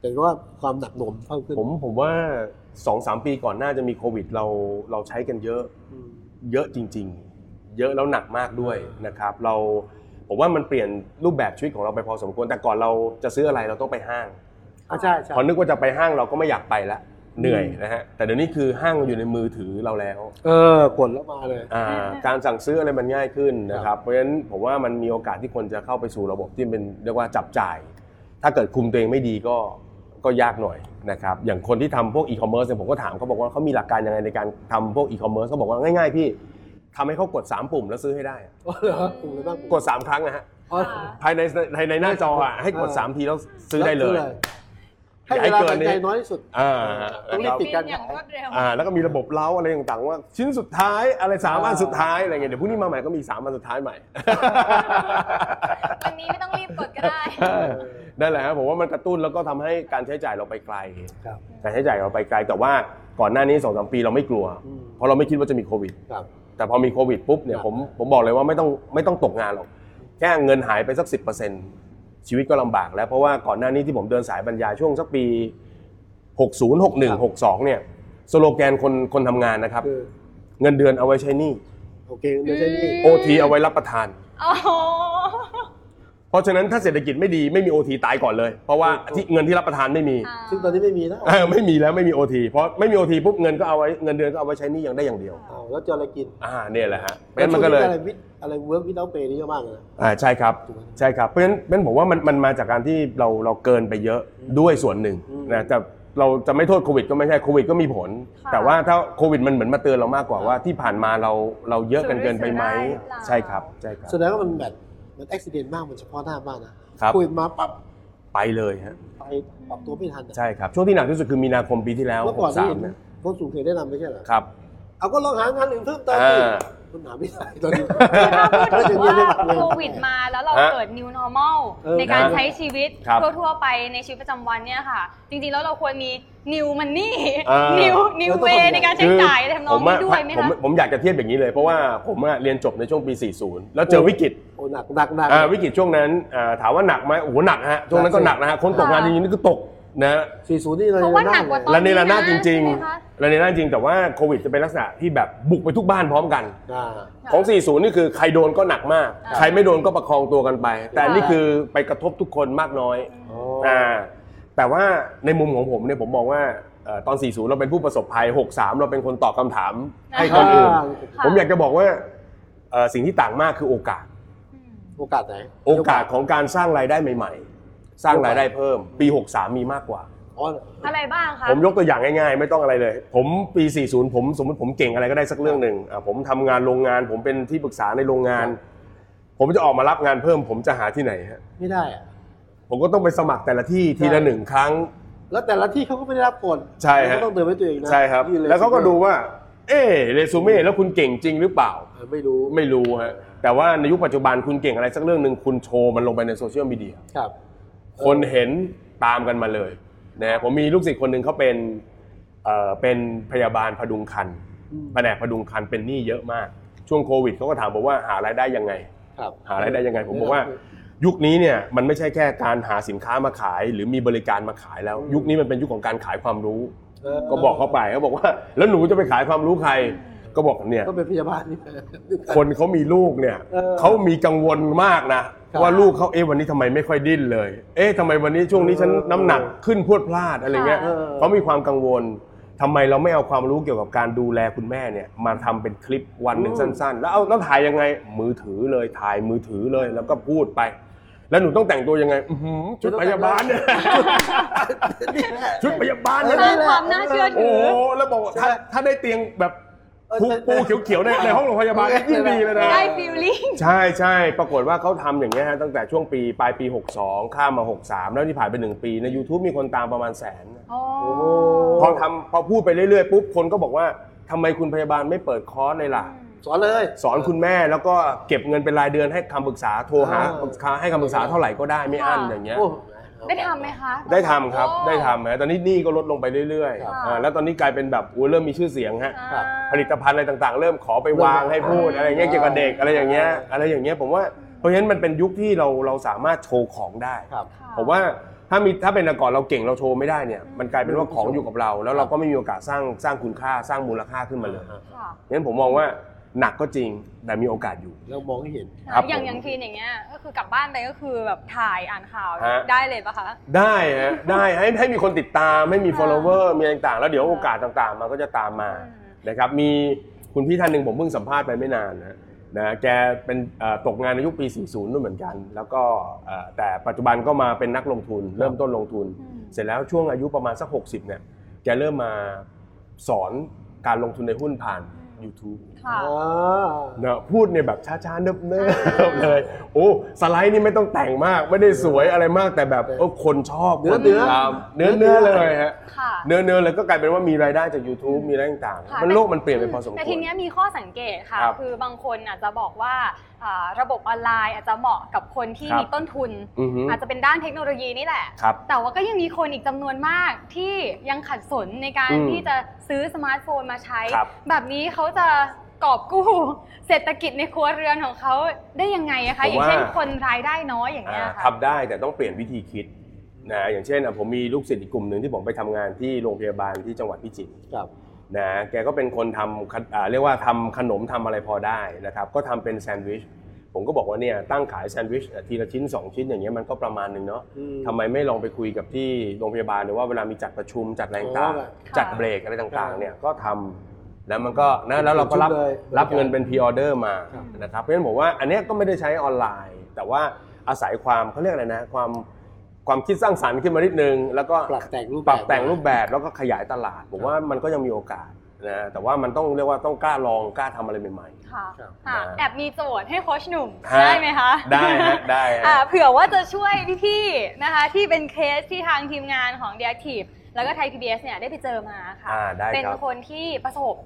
แต่ว่าความหนักหน่วงเพิ่มขึ้น ผมผมว่า 2-3 ปีก่อนหน้าจะมีโควิดเราเราใช้กันเยอะ อืม เยอะจริงๆ เยอะแล้วหนักมากด้วยนะครับ เราผมว่ามันเปลี่ยนรูปแบบชีวิตของเราไปพอสมควร แต่ก่อนเราจะซื้ออะไรเราต้องไปห้าง อ่ะใช่ใช่ พอนึกว่าจะไปห้างเราก็ไม่อยากไปละเหนื่อย อืม นะฮะแต่เดี๋ยวนี้คือห้างมันอยู่ในมือถือเราแล้ว เออกดแล้วมาเลย อ่าการสั่งซื้ออะไรมันง่ายขึ้นนะครับเพราะฉะนั้นผมว่ามันมีโอกาสที่คนจะเข้าไปสู่ระบบที่เป็นเรียกว่าจับจ่าย ถ้าเกิดคุมตัวเองไม่ดีก็ก็ยากหน่อยนะครับอย่างคนที่ทำพวกอีคอมเมิร์ซเนี่ยผมก็ถามเขาบอกว่าเขามีหลักการยังไงในการทำพวกอีคอมเมิร์ซเขาบอกว่าง่ายๆพี่ทำให้เขากด 3 ปุ่มแล้วซื้อให้ได้ อ๋อเหรอกลุ่มอะไรบ้าง กด 3 ครั้งนะฮะ อ๋อ ภายในภายในหน้าจออะให้กด เออ 3 ทีแล้วซื้อได้เลย ให้ อย่าให้ เวลา เกิน การใจ นี้ น้อยที่สุด อ่า ต้องนะรีครั บบ ปิด การ อย่างรวดเร็ว อ่าแล้วก็มีระบบเล้าอะไรต่างๆว่าชิ้นสุดท้ายอะไรสาม อ่า อันสุดท้ายอะไรเงี้ยเดี๋ยวพรุ่งนี้มาใหม่ก็มีอีกสามอันสุดท้ายใหม่ วันนี้ไม่ต้องรีบกดก็ได้ นั่นแหละครับผมว่ามันกระตุ้นแล้วก็ทำให้การใช้จ่ายเราไปไกล ครับ การใช้จ่ายเราไปไกลแต่ว่าก่อนหน้านี้สองสามปีเราไม่กลัว อืม เพราะเราไม่คิดว่าจะมีโควิด ครับ แต่พอมีโควิดปุ๊บเนี่คยรับ ผมผมบอกเลยว่าไม่ต้องไม่ต้องตกงานหรอกแค่เงินหายไปสักสิชีวิตก็ลำบากแล้วเพราะว่าก่อนหน้านี้ที่ผมเดินสายบรรยายช่วงสักปี 60 61 62เนี่ยสโลแกนคนคนทำงานนะครับ คือ เงินเดือนเอาไว้ใช้หนี้ โอเคเดี๋ยวใช่นี่ โอทีเอาไว้รับประทาน อ๋อ เพราะฉะนั้นถ้าเศรษฐกิจไม่ดีไม่มีโอทีตายก่อนเลย เพราะว่า ถูก ที่เงินที่รับประทานไม่มี ซึ่งตอนนี้ไม่มีแล้ว เออไม่มีแล้วไม่มีโอทีเพราะไม่มีโอทีปุ๊บเงินก็เอาไว้เงินเดือนก็เอาไว้ใช้หนี้อย่างได้อย่างเดียว เอาแล้วจะอะไรกิน อ่าเนี่ยแหละฮะเพราะฉะนั้นมันก็เลย อะไรวิทอะไรเวิร์กวิดเอาเปย์นี่เยอะมากเลยนะ อ่าใช่ครับ ถูกไหม ใช่ครับเพราะฉะนั้นเพราะฉะนั้นผมว่ามันมันมาจากการที่เราเราเกินไปเยอะด้วยส่วนหนึ่ง อืม นะแต่เราจะไม่โทษโควิดก็ไม่ใช่โควิดก็มีผล ค่ะ แต่ว่าถ้าโควิดมันเหมือนมาเตือนเรามากกว่าว่าที่ผ่านมาเราเราเยอะกันเกินไปไหมใช่ครับใช่ครับ แสดงว่ามันแบบมันอุบิเหตุมากมันเฉพาะหน้ามากนะครับ คุยมาปั๊บ ไปเลยฮะ ไปปรับตัวไม่ทันอะ ใช่ครับช่วงที่หนักที่สุดคือมีนาคมปีที่แล้ว เมื่อก่อน สา นี่ มนะ คนสูงเคยแนะนำไม่ใช่เหรอ ครับ เอาก็ลองหางานอื่นเพิ่มเติมดิ อ่า คุณหาไม่ได้ตอนนี้ ถ้าพูดถึงว่าโควิด เออ มาแล้วเรา ฮะ เกิด new normal เออ ในการใช้ชีวิต ครับ ทั่วๆไปในชีวิตประจำวันเนี่ยค่ะ จริงๆแล้วเราควรมี new money อ่า new new way ในการใช้จ่ายทำนองนี้ด้วยไหม ผ คะ มผมอยากจะเทียบอย่างนี้เลยเพราะว่าผมอะเรียนจบในช่วงปี 40 แล้วเจอวิกฤต โอ้หนักหนักหนัก อ่าวิกฤตช่วงนั้นอ่าถามว่าหนักไหมโอ้โหหนักฮะช่วงนั้นก็หนักนะฮะคนตกงานจริงๆนี่ก็ตกนะฮะ สี่ศูนย์นี่เลย เพราะว่าหนักกว่าตอน ระเน นี้ ระนา นะ ดจริง ใช่ไหมคะ ๆระเนระนาดจริงแต่ว่าโควิดจะเป็นลักษณะที่แบบบุกไปทุกบ้านพร้อมกัน อ่า ของ 40 นี่คือใครโดนก็หนักมาก ใครไม่โดนก็ประคองตัวกันไป แต่อันนี่คือไปกระทบทุกคนมากน้อยอ่าแต่ว่าในมุมของผมเนี่ยผมมองว่าเอ่อตอน 40 เราเป็นผู้ประสบภัย 63 เราเป็นคนตอบคำถามให้คนอื่น อ่า ค่ะ ผมอยากจะบอกว่าเอ่อสิ่งที่ต่างมากคือโอกาส อืม โอกาสไหน โอกาสของการสร้างรายได้ใหม่ ๆ สร้างรายได้เพิ่ม ปี 63 มีมากกว่า อ๋อ อะไรบ้างคะ ผมยกตัวอย่างง่ายๆ ไม่ต้องอะไรเลย ผมปี 40 ผมสมมติผมเก่งอะไรก็ได้สักเรื่องหนึ่งอ่ะผมทำงานโรงงาน ผมเป็นที่ปรึกษาในโรงงาน ผมจะออกมารับงานเพิ่ม ผมจะหาที่ไหนฮะ ไม่ได้อะ ผมก็ต้องไปสมัครแต่ละที่ทีละหนึ่งครั้ง แล้วแต่ละที่เขาก็ไม่ได้รับคน ใช่ฮะ เราก็ต้องเดินไว้ตัวเองนะ ใช่ครับ นี่ย แล้วเขาก็ดูว่า เออเรซูเม่แล้วคุณเก่งจริงหรือเปล่า เออไม่รู้ ไม่รู้ฮะแต่ว่าในยุคปัจจุบันคุณเก่งอะไรสักเรื่องหนึ่งคุณโชว์มันลงไปในโซเชียลมีเดีย ครับ คนเห็นตามกันมาเลยนะผมมีลูกศิษย์คนหนึ่งเขาเป็นเอ่อเป็นพยาบาลพดุงคัน อืม แผนกพดุงคันเป็นหนี้เยอะมาก ช่วงโควิดเขาก็ถามผมว่าหารายได้ยังไง ครับ หารายได้ยังไง ผมบอกว่า ยุคนี้เนี่ยมันไม่ใช่แค่การหาสินค้ามาขาย หรือมีบริการมาขายแล้ว ยุคนี้มันเป็นยุคของการขายความรู้ เออ ก็บอกเขาไปเขาบอกว่า แล้วหนูจะไปขายความรู้ใคร ก็บอกเนี่ย ก็เป็นพยาบาลนี่ คนเขามีลูกเนี่ย เออ เขามีกังวลมากนะ ครับ ว่าลูกเขาเอ๊ะวันนี้ทำไมไม่ค่อยดิ้นเลย เอ๊ะทำไมวันนี้ช่วงนี้ฉัน เออ น้ำหนักขึ้นพรวดพลาดอะไรเงี้ย ค่ะเออ เขามีความกังวลทำไมเราไม่เอาความรู้เกี่ยวกับการดูแลคุณแม่เนี่ยมาทำเป็นคลิปวันหนึ่งสั้น ๆ แล้วเอาแล้วถ่ายยังไงมือถือเลยถ่ายมือถือเลยแล้วก็พูดไป แล้วหนูต้องแต่งตัวยังไงอื้อหือชุดพยาบา ลเนี่ย นี่แหละ ชุดพยาบาล เอ นะ อ สร้าง แหละ ความน่าเชื่อ โอ้ ถือ โหแล้วบอกว่าถ้าถ้าได้เตียงแบบปูปูเขียวๆในในห้องโรงพยาบาลเนี่ยยิ่งดีเลยนะ ได้ฟีลลิ่ง ใช่ใช่ปรากฏว่าเขาทำอย่างนี้ยฮะตั้งแต่ช่วงปี ปลายปี 62 ข้ามมา 63 แล้วที่ผ่านไป 1 ปีใน YouTube มีคนตามประมาณแสน พอทำพอพูดไปเรื่อยๆ ปุ๊บ คนก็บอกว่าทำไมคุณพยาบาลไม่เปิดคอร์สเลยล่ะ สอนเลย สอนคุณแม่แล้วก็เก็บเงินเป็นรายเดือนให้คำปรึกษาโทรหา อ่า ปรึกษาให้คำปรึกษาเท่าไหร่ก็ได้ไม่อั้น ค่ะ อย่างเงี้ย โอ้ ได้ทำไหมคะ ได้ทำครับได้ทำฮะตอนนี้หนี่ก็ลดลงไปเรื่อย ครับ ๆอ่าแล้วตอนนี้กลายเป็นแบบโอ้ยเริ่มมีชื่อเสียงฮะ อ่า ผลิตภัณฑ์อะไรต่างๆ เริ่มขอไปวางให้พูด เริ่ม อะไรเงี้ย อ่า เกี่ยวกับเด็กอะไรอย่างเงี้ยอะไรอย่างเงี้ยผมว่าเพราะฉะนั้นมันเป็นยุคที่เราเราสามารถโชว์ของได้ ครับ ค่ะ ผมว่าถ้ามีถ้าเป็นแต่ก่อนเราเก่งเราโชว์ไม่ได้เนี่ย อืม มันกลายเป็นว่าของอยู่กับเรา แล้วเราก็ไม่มีโอกาสสร้างสร้างคุณค่าสร้างมูลค่าขึ้นมาเลย ค่ะ งั้นผมมองว่าหนักก็จริงแต่มีโอกาสอยู่ แล้วมองให้เห็น ครับ อย่าง ผม อย่างทีนอย่างเงี้ยก็คือกลับบ้านไปก็คือแบบถ่ายอ่านข่าว ฮะ ได้เลยปะคะ ได้ฮะได้ให้ให้มีคนติดตามให้มี ค่ะ follower มีอะไรต่างๆ แล้วเดี๋ยวโอกาสต่างๆมันก็จะตามมา อืม นะครับมีคุณพี่ท่านหนึ่งผมเพิ่งสัมภาษณ์ไปไม่นานนะนะแกเป็นเอ่อตกงานในยุคปี 40ด้วยเหมือนกัน แล้วก็เอ่อแต่ปัจจุบันก็มาเป็นนักลงทุน เริ่มต้นลงทุน อืม เสร็จแล้วช่วงอายุประมาณสัก 60เนี่ยแกเริ่มมาสอนการลงทุนในหุ้นผ่าน YouTube ค่ะ เนอะพูดในแบบช้าๆเนิบๆเลย โอ้สไลด์นี่ไม่ต้องแต่งมากไม่ได้สวยอะไรมากแต่แบบเออคนชอบคติดตาม เนื้ เนื้ อ อ เนื้ เนื้ อ อเลยฮะ ค่ะ เนื้อเนื้อเลยก็กลายเป็นว่ามีรายได้จาก YouTube มีอะไรต่าง ค่ะ ๆมัน แต่ โลกมันเปลี่ยนไปพอสมควร แต่ทีเนี้ยมีข้อสังเกตค่ะ ครับ คือบางคนอาจจะบอกว่าอ่าระบบออนไลน์อาจจะเหมาะกับคนที่ ครับ มีต้นทุน อือฮึ อาจจะเป็นด้านเทคโนโลยีนี่แหละ ครับ แต่ว่าก็ยังมีคนอีกจำนวนมากที่ยังขัดสนในการ อืม ที่จะซื้อสมาร์ทโฟนมาใช้ ครับ แบบนี้เขาจะกอบกู้ เศรษฐกิจในครัวเรือนของเขาได้ยังไงอะคะ ผม อย่างเช่น ว่า คนรายได้น้อยอย่างเงี้ย อ่า ค่ะ ทำได้แต่ต้องเปลี่ยนวิธีคิดนะอย่างเช่นอ่ะผมมีลูกศิษย์อีกกลุ่มหนึ่งที่ผมไปทำงานที่โรงพยาบาลที่จังหวัดพิจิตร ครับ นะแกก็เป็นคนทำขนอ่าเรียกว่าทำขนมทำอะไรพอได้นะครับก็ทำเป็นแซนด์วิชผมก็บอกว่าเนี่ยตั้งขายแซนด์วิชอ่ะทีละชิ้น 2 ชิ้นอย่างเงี้ยมันก็ประมาณหนึ่งเนาะ อืม ทำไมไม่ลองไปคุยกับที่โรงพยาบาลหรือว่าเวลามีจัดประชุมจัดอะไร อ๋อ ต่าง แบบ ๆจัด ค่ะ เบรกอะไรต่างๆเนี่ยก็ทำแล้วมันก็นะแล้วเราก็รับ เป็นชุดเลย รับเงินเป็น พรีออเดอร์มา ครับ นะครับ เพราะฉะนั้นผมว่าอันเนี้ยก็ไม่ได้ใช้ออนไลน์ แต่ว่าอาศัยความเขาเรียกอะไรนะ ความความคิดสร้างสรรค์ขึ้นมานิดนึง แล้วก็ ปรับแต่งรูป ปรับแต่งรูปแบบแล้วก็ขยายตลาด ผมว่ามันก็ยังมีโอกาสนะแต่ว่ามันต้องเรียกว่าต้องกล้าลองกล้าทำอะไรใหม่ ค่ะ ครับ อ่ะ นะ แอบมีโจทย์ให้โค้ชหนุ่ม ฮะ ได้ไหมคะ ๆ ได้ฮ ะได้ฮะ อ่าเผื่อว่าจะช่วยพี่ๆนะคะ ที่เป็นเคสที่ทางทีมงานของ d e a c t i v e แล้วก็ไทย PBS เนี่ยได้ไปเจอมาค่ะ อ่าได้ครับ เป็นคนที่ประสบ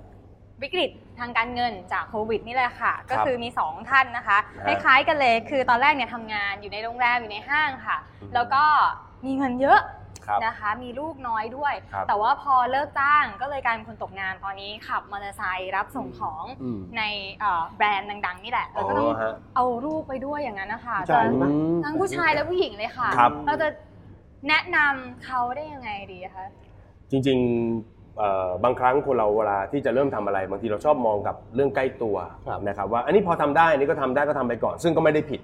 วิกฤตทางการเงินจากโควิดนี่แหละค่ะ ก็คือมี 2 ท่านนะคะค ฮะ ล้ายๆกันเลยคือตอนแรกเนี่ยทำงานอยู่ในโรงแรม อยู่ในห้างค่ะ อืม แล้วก็มีเงินเยอะ ครับ นะคะ มีลูกน้อยด้วย ครับ แต่ว่าพอเลิกจ้างก็เลยกลายเป็นคนตกงานตอนนี้ขับมอเตอร์ไซค์รับส่งของ อืม ในเอ่อแบรนด์ดังๆนี่แหละ อ๋ แล้วก็ต้อง อฮะ เอารูปไปด้วยอย่างนั้นนะคะ ผู้ชายหจะรือเปล่า อืม ทั้งผู้ชายและผู้หญิงเลยค่ะ ครับ เราจะแนะนำเขาได้ยังไงดีคะ จริงๆเอ่อบางครั้งคนเราเวลาที่จะเริ่มทำอะไร บางทีเราชอบมองกับเรื่องใกล้ตัว ครับ นะครับว่าอันนี้พอทำได้อันนี้ก็ทำได้ก็ทำไปก่อน ซึ่งก็ไม่ได้ผิด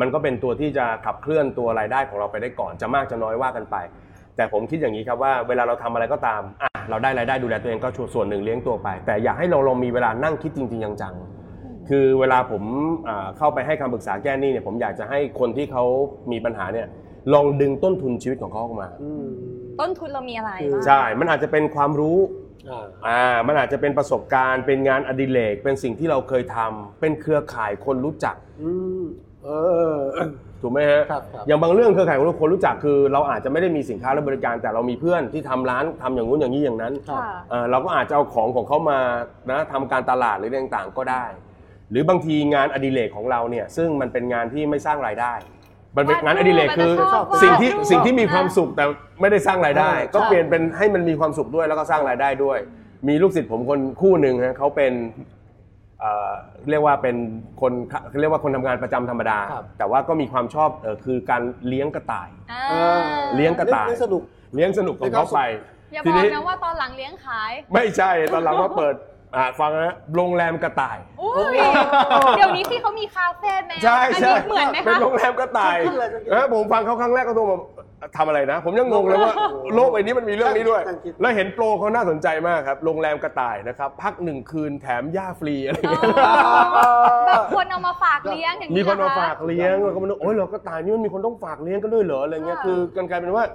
มันก็เป็นตัวที่จะขับเคลื่อนตัวรายได้ของเราไปได้ก่อน จะมากจะน้อยว่ากันไป แต่ผมคิดอย่างนี้ครับว่าเวลาเราทำอะไรก็ตามอ่ะเราได้รายได้ดูแลตัวเองก็ส่วนหนึ่งเลี้ยงตัวไป แต่อยากให้เราลองมีเวลานั่งคิดจริงๆจังๆ คือเวลาผมอ่าเข้าไปให้คำปรึกษาแก้หนี้เนี่ยผมอยากจะให้คนที่เขามีปัญหาเนี่ยลองดึงต้นทุนชีวิตของเขาออกมา อืม ต้นทุนเรามีอะไรบ้าง ใช่ มันอาจจะเป็นความรู้ อ่า อ่ามันอาจจะเป็นประสบการณ์เป็นงานอดิเรกเป็นสิ่งที่เราเคยทำเป็นเครือข่ายคนรู้จัก อืม เออ ถูกไหมฮะ ครับครับ อย่างบางเรื่องเครือข่ายคนรู้จักคือ เราอาจจะไม่ได้มีสินค้าและบริการแต่เรามีเพื่อนที่ทำร้านทำอย่างงู้นอย่างนี้อย่างนั้น ครับ ค่ะ เอ่อเราก็อาจจะเอาของของเขามานะทำการตลาดหรืออะไรต่างๆก็ได้ หรือบางทีงานอดิเรกของเราเนี่ยซึ่งมันเป็นงานที่ไม่สร้างรายได้ มันเป็นงานอดิเรกคือ วาดรูป สิ่งที่ วาดรูป สิ่งที่มีความสุขแต่ไม่ได้สร้างรายได้ ใช่ ก็เปลี่ยนเป็นให้มันมีความสุขด้วยแล้วก็สร้างรายได้ด้วย มีลูกศิษย์ผมคนคู่หนึ่งฮะเขาเป็นเอ่อเรียกว่าเป็นคนเรียกว่าคนทำงานประจำธรรมดา ครับ แต่ว่าก็มีความชอบเอ่อคือการเลี้ยงกระต่าย อ่า เออ เลี้ยงกระต่าย นึสนุก เลี้ยงสนุกของเขาไป อย่าบ ที อก นี้ นะว่าตอนหลังเลี้ยงขาย ไม่ใช่ตอนหลังว่าเปิด อ่าฟังนะโรงแรมกระต่าย อุ้ยเดี๋ยวนี้ที่เขามีคาเฟ่แมว ใช่ อั ใช่ นี้เหมือนไหม เป็น คะ โรงแรมกระต่าย ขึ้นเลยขึ้นเลย เออผมฟังเขาครั้งแรกก็โทรมาทำอะไรนะ ผมยังงงเลยว่า โลกใบนี้มันมีเรื่องนี้ด้วย ตั้งคิด แล้วเห็นโปรเขาน่าสนใจมากครับ โรงแรมกระต่ายนะครับ พักหนึ่งคืนแถมหญ้าฟรีอะไรอย่างเงี้ย อ๋อแบบคนเอามาฝากเลี้ยงอย่าง มี นี้ คน เหร มา อคะ ฝากเลี้ยงแล้วก็มันกโอ้ยเหรอกระต่ายนี่มันมีคนต้องฝากเลี้ยงกันด้วยเหรออะไรเงี้ย ค่ะ คือกันกลายเป็นว่า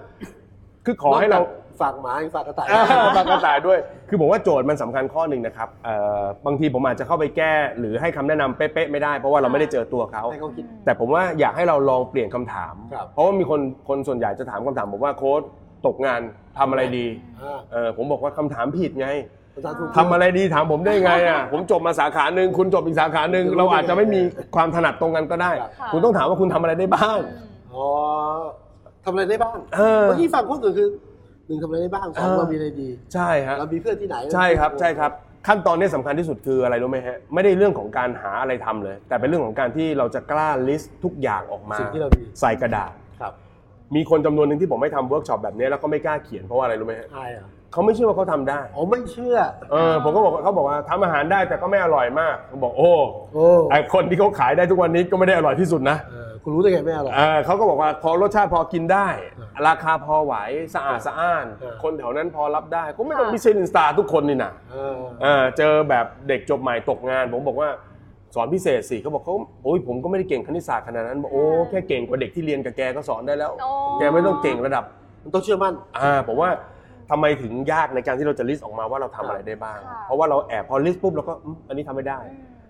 คือขอให้เรา ฝากหมาฝากกระต่าย อ่าบางกระต่ายด้วย คือผมว่าโจทย์มันสำคัญข้อหนึ่งนะครับเอ่อบางทีผมอาจจะเข้าไปแก้หรือให้คำแนะนำเป๊ะๆไม่ได้เพราะว่าเราไม่ได้เจอตัวเขา ให้เขาคิด แต่ผมว่าอยากให้เราลองเปลี่ยนคำถาม ครับ เพราะว่ามีคนคนส่วนใหญ่จะถามคำถามผมว่าโค้ดตกงานทำอะไรดี อ่า เออผมบอกว่าคำถามผิดไง ประธานทุก ทำอะไรดีถามผมได้ไงอ่ะ ผมจบมาสาขาหนึ่งคุณจบอีกสาขาหนึ่งเราอาจจะไม่มีความถนัดตรงกันก็ได้ ครับ คุณต้องถามว่าคุณทำอะไรได้บ้าง อ๋อทำอะไรได้บ้าง เออ เมื่อกี้ฟังคนอื่นคือหนึ่งทำอะไรได้บ้างสอง เออ เรามีอะไรดี ใช่ฮะ เรามีเพื่อนที่ไหน ใช่ครับใช่ครับ ขั้นตอนนี้สำคัญที่สุดคืออะไรรู้ไหมฮะ ไม่ได้เรื่องของการหาอะไรทำเลย แต่เป็นเรื่องของการที่เราจะกล้าลิสต์ทุกอย่างออกมา สิ่งที่เรามี ใส่กระดาษ ครับ มีคนจำนวนหนึ่งที่ผมไม่ทำเวิร์กช็อปแบบนี้แล้วก็ไม่กล้าเขียนเพราะว่าอะไรรู้ไหมฮะ อายเหรอ่ะ เขาไม่เชื่อว่าเขาทำได้ อ๋อไม่เชื่อ เออผมก็บอกว่าเขาบอกว่าทำอาหารได้แต่ก็ไม่อร่อยมากผมบอกโอ้ โอ้ ไอคนที่เขาขายได้ทุกวันนี้ก็ไม่ได้อร่อยที่สุดนะ เออคุณรู้ได้ไงแม่หรอย เออเขาก็บอกว่าพอรสชาติพอกินได้ เออ ราคาพอไหวสะอาดสะอ้าน เออ คนแถวนั้นพอรับได้ก็ไม่ต้องมิชลินสตาร์ทุกคนนี่นะ เออ เออเจอแบบเด็กจบใหม่ตกงาน ผมบอกว่าสอนพิเศษสิเขาบอกเขาโอ้ยผมก็ไม่ได้เก่งคณิตศาสตร์ขนาดนั้นบอกโอ้แค่เก่งกว่าเด็กที่เรียนกับแกก็สอนได้แล้ว โอ้ แกไม่ต้องเก่งระดับ มันต้องเชื่อมั่น อ่าผมว่าทำไมถึงยากในการที่เราจะลิสต์ออกมาว่าเราทำอะไรได้บ้าง ค่ะ เพราะว่าเราแอบพอลิสต์ปุ๊บเราก็อืมอันนี้ทำไม่ได้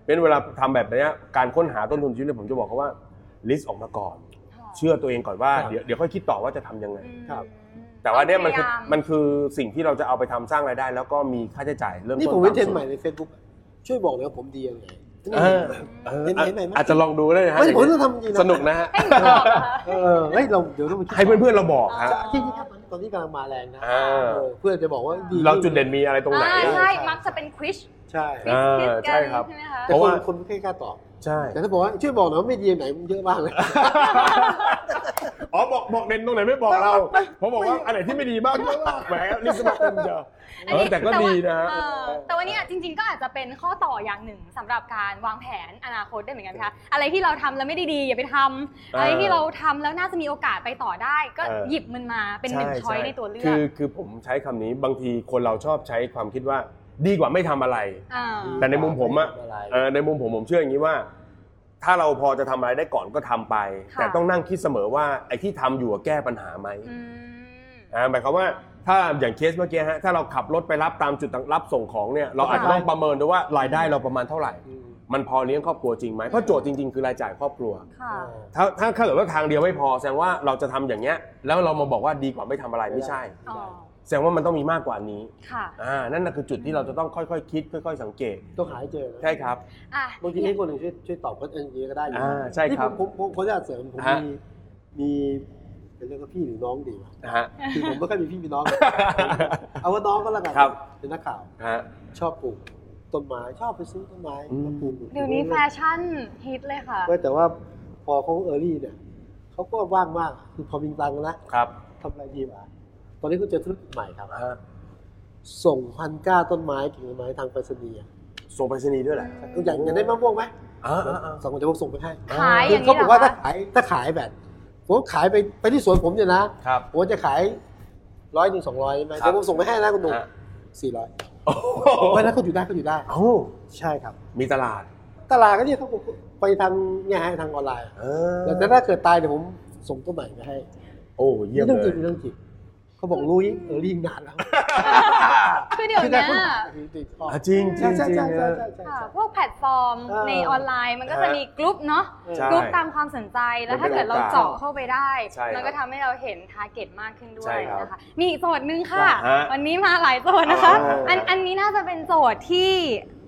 เป็นเวลาทำแบบเนี้ยการค้นหาต้นทุนชีวิตเนี่ยผมจะบอกเขาว่าลิสต์ออกมาก่อน เชื่อตัวเองก่อนว่า ครับ เดี๋ยวเดี๋ยวค่อยคิดต่อว่าจะทำยังไง ครับ แต่ว่าเนี่ยมันคือ พาาม มันคือสิ่งที่เราจะเอาไปทำสร้างรายได้ แล้วก็มีค่าใช้จ่ายเริ่มต้น นี่ผมเว้นเทรนด์ต่ำสุด ใหม่ใน Facebook อะช่วยบอกหน่อยว่าผมดียังไง เออเออ เห็นไหมเห็นไหม อาจจะลองดูได้นะฮะ ไม่ผมต้องทำจริงนะ สนุกนะฮะ ให้หนูบอกเหรอคะ เออเฮ้ยเราเดี๋ยวต้องไปคิด ให้เพื่อนๆเราบอกฮะ จะที่ที่ครับตอนนี้กำลังมาแรงนะ อ่า เออเพื่อนจะบอกว่าดี เราจุดเด่นมีอะไรตรงไหน อ่าใช่ มักจะเป็นควิช ใช่ ควิช เออ คิดกัน ใช่ครับ ใช่ไหมคะ แต่ เพราะ คน ว่า คนไม่ค่อยกล้าตอบ ใช่ แต่ถ้าบอกว่าช่วยบอกหน่อยว่าไม่ดีอย่างไหนมันเยอะมากเลย อ๋อบอกบอกเด่นตรงไหนไม่บอกเราเพราะบอกว่าอันไหนที่ไม่ดีบ้างเยอะมากแหมนี่สมัครเต็มเจอ อัน เอ นี้ อแต่ก็ ว่า ดีนะฮะ เออแต่ว่าเนี่ยจริงๆก็อาจจะเป็นข้อต่ออย่างหนึ่งสำหรับการวางแผนอนาคตได้เหมือนกันค่ะ อะไรที่เราทำแล้วไม่ได้ดีอย่าไปอทำออ อะไรที่เราทำแล้วน่าจะมีโอกาสไปต่อได้ ก็ เออ หยิบมันมาเป็นหนึ่งช้อยในตัวเลือ คื ก อคือผมใช้คำนี้บางทีคนเราชอบใช้ความคิดว่าดีกว่าไม่ทำอะไร อ่า แต่ในมุมผมอะ ไม่ทำอะไร เออในมุมผมผมเชื่ออย่างนี้ว่า ถ้าเราพอจะทำอะไรได้ก่อนก็ทำไป ค่ะ แต่ต้องนั่งคิดเสมอว่าไอ้ที่ทำอยู่อะแก้ปัญหาไหม อืม อ่าหมายความว่าถ้าอย่างเคสเมื่อกี้ฮะถ้าเราขับรถไปรับตามจุดต่างรับส่งของเนี่ยเราอาจจะต้องประเมินด้วยว่ารายได้เราประมาณเท่าไหร่ มันพอเลี้ยงครอบครัวจริงไหมเพราะโจทย์จริงๆ คือรายจ่ายครอบครัว ค่ะ ถ้าถ้าเกิดว่าทางเดียวไม่พอแสดงว่าเราจะทำอย่างเงี้ยแล้วเรามาบอกว่าดีกว่าไม่ทำอะไรไม่ใช่ อ๋อ แสดงว่ามันต้องมีมากกว่านี้ ค่ะ อ่านั่นนะคือจุดที่เราจะต้องค่อยๆ คิด ค่อยๆ สังเกต ต้องหาให้เจอนะ ใช่ครับ อ่ะ บางทีให้คนอื่นช่วยช่วยตอบก็เอย่างนี้ก็ได้อยู่ อ่าใช่ นี่ ครับ ผมผมผมผมจะเสริมผม ฮะ มีมีเป็นเรื่องกับพี่หรือน้อง ดีวะ นะฮะ คือผมไม่ค่อยมีพี่มีน้อง เอาว่าน้องก็แล้วกัน ครับ เป็นนักข่าว ฮะ ชอบปลูกต้นไม้ชอบไปซื้อต้นไม้ อืม มาปลูก เดี๋ยวนี้แฟชั่นฮิตเลยค่ะ เว้ยแต่ว่าพอเขาเออรี่เนี่ยเขาก็ว่างมากคือพอมีตังค์แล้ว ครับ ทำอะไรดีวะตอนนี้ก็เจอธุรกิจใหม่ครับ ฮะ ส่งพันธุ์กล้าต้นไม้กิ่งไม้ทางไปรษณีย์อะ ส่งไปรษณีย์ด้วยแหละ อยากอยากได้มะม่วงไหม อ่าอ่าอ่า สองคนจะพกส่งไปให้ ขายอย่างนี้ เขา เห บ ร อก อ ว่าถ้า คะ ขายถ้าขายแบบผมขายไปไปที่สวนผมเนี่ยนะครับ ผมจะขายร้อยหนึ่งสองร้อยใช่ไหม ครับ เดี๋ยวผมส่งไปให้นะคุณหนุ่ม ฮะ สี่ร้อย โอ้โห เพราะฉะนั้นเขาอยู่ได้เขาอยู่ได้ เอ้า ใช่ครับ มีตลาด ตลาดก็เนี่ยเขาไปทางเนี่ยฮะทางออนไลน์ เออ แต่ถ้าเกิดตายเดี๋ยวผมส่งต้นใหม่ไปให้ โอ้ นี่ เยี่ยม เรื่อง เล จริ ย งเรื่องจริงเขาบอกรู้ยิ่งเออรีบนานแล้ว คือเดี๋ยวเนี้ย คือติดต่อ อ่ะจริงจริ ใช่ ง ใช่ จริง ใช่ใช่ ฮะ ใช่ ค่ะพวกแพลตฟอร์ม เออ ในออนไลน์มันก็จะมีกลุ่มเนาะ เออ ใช่ กรุ๊ปตามความสนใจแล้วถ้าเกิดเราเจาะเข้าไปได้ ใช่ครับ มันก็ทำให้เราเห็นทาร์เก็ตมากขึ้นด้ว ใช่ ย ครับ นะคะ มีอีกโจทย์หนึงค่ะ ว่าฮะ วันนี้มาหลายโจทย์นะคะ เอาละ อันอันนี้น่าจะเป็นโจทย์ที่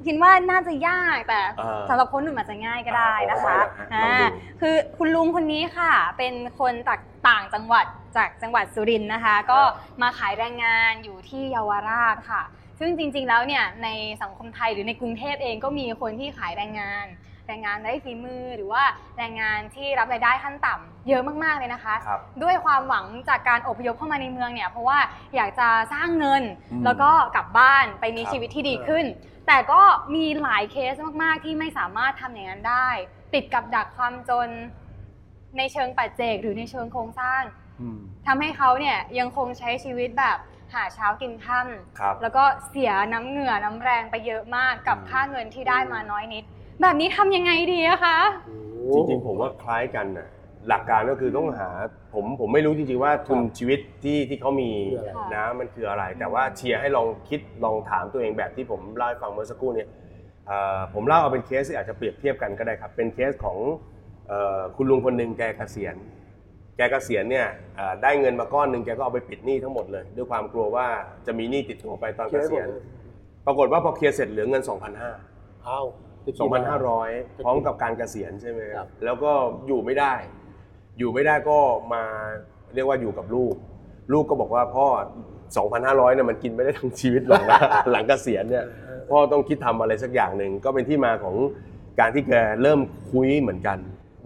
คิดว่าน่าจะยากแต่ อ่า สำหรับคนหนุ่มอาจจะง่ายก็ได้นะคะ อ่าเอาละฮะลองดู อ่าคือคุณลุงคนนี้ค่ะ เป็นคนจากต่างจังหวัดจากจังหวัดสุรินทร์นะคะ ก็มาขายแรงงานอยู่ที่เยาวราชค่ะ ซึ่งจริงๆแล้วเนี่ยในสังคมไทยหรือในกรุงเทพเองก็มีคนที่ขายแรงงาน แรงงานไร้ฝีมือหรือว่าแรงงานที่รับรายได้ขั้นต่ำเยอะมากๆเลยนะคะ ครับ ด้วยความหวังจากการอพยพเข้ามาในเมืองเนี่ยเพราะว่าอยากจะสร้างเงิน อืม แล้วก็กลับบ้านไปมี ครับ ชีวิตที่ดีขึ้น แต่ก็มีหลายเคสมากๆที่ไม่สามารถทำอย่างนั้นได้ ติดกับดักความจนในเชิงปัจเจกหรือในเชิงโครงสร้าง อืม ทำให้เขาเนี่ยยังคงใช้ชีวิตแบบหาเช้ากินค่ำ ครับ แล้วก็เสียน้ำเหงื่อน้ำแรงไปเยอะมากกับ อืม ค่าเงินที่ได้มาน้อยนิด แบบนี้ทำยังไงดีอะคะ โอ้ จริงๆผมว่าคล้ายกันนะหลักการก็คือต้องหาผมผมไม่รู้จริงๆว่าทุนชีวิตที่ที่เขามี คืออะไร นะมันคืออะไร แต่ว่าเชียร์ให้ลองคิดลองถามตัวเองแบบที่ผมเล่าให้ฟังเมื่อสักครู่เนี่ยเอ่อผมเล่าเอาเป็นเคสที่อาจจะเปรียบเทียบกันก็ได้ครับ เป็นเคสของเอ่อคุณลุงคนหนึ่งแกเกษียณ แกเกษียณเนี่ยเอ่อได้เงินมาก้อนหนึ่งแกก็เอาไปปิดหนี้ทั้งหมดเลย ด้วยความกลัวว่าจะมีหนี้ติดตัวไปตอน เค เก ลียร์ให้หม ษีย ด ณ เลย ปรากฏว่าพอเคลียร์เสร็จเหลือเงิน 2,500 เอา 2,500 พร้อมกับการเกษียณใช่ไหมค ครั รับ บ แล้วก็อยู่ไม่ได้ อยู่ไม่ได้ก็มาเรียกว่าอยู่กับลูก ลูกก็บอกว่าพ่อ 2,500เนี่ยมันกินไม่ได้ทั้งชีวิตหรอกนะ หลังเกษียณเนี่ยพ่อต้องคิดทำอะไรสักอย่างหนึ่งก็เป็นที่มาของการที่แกเริ่มคุยเหมือนกัน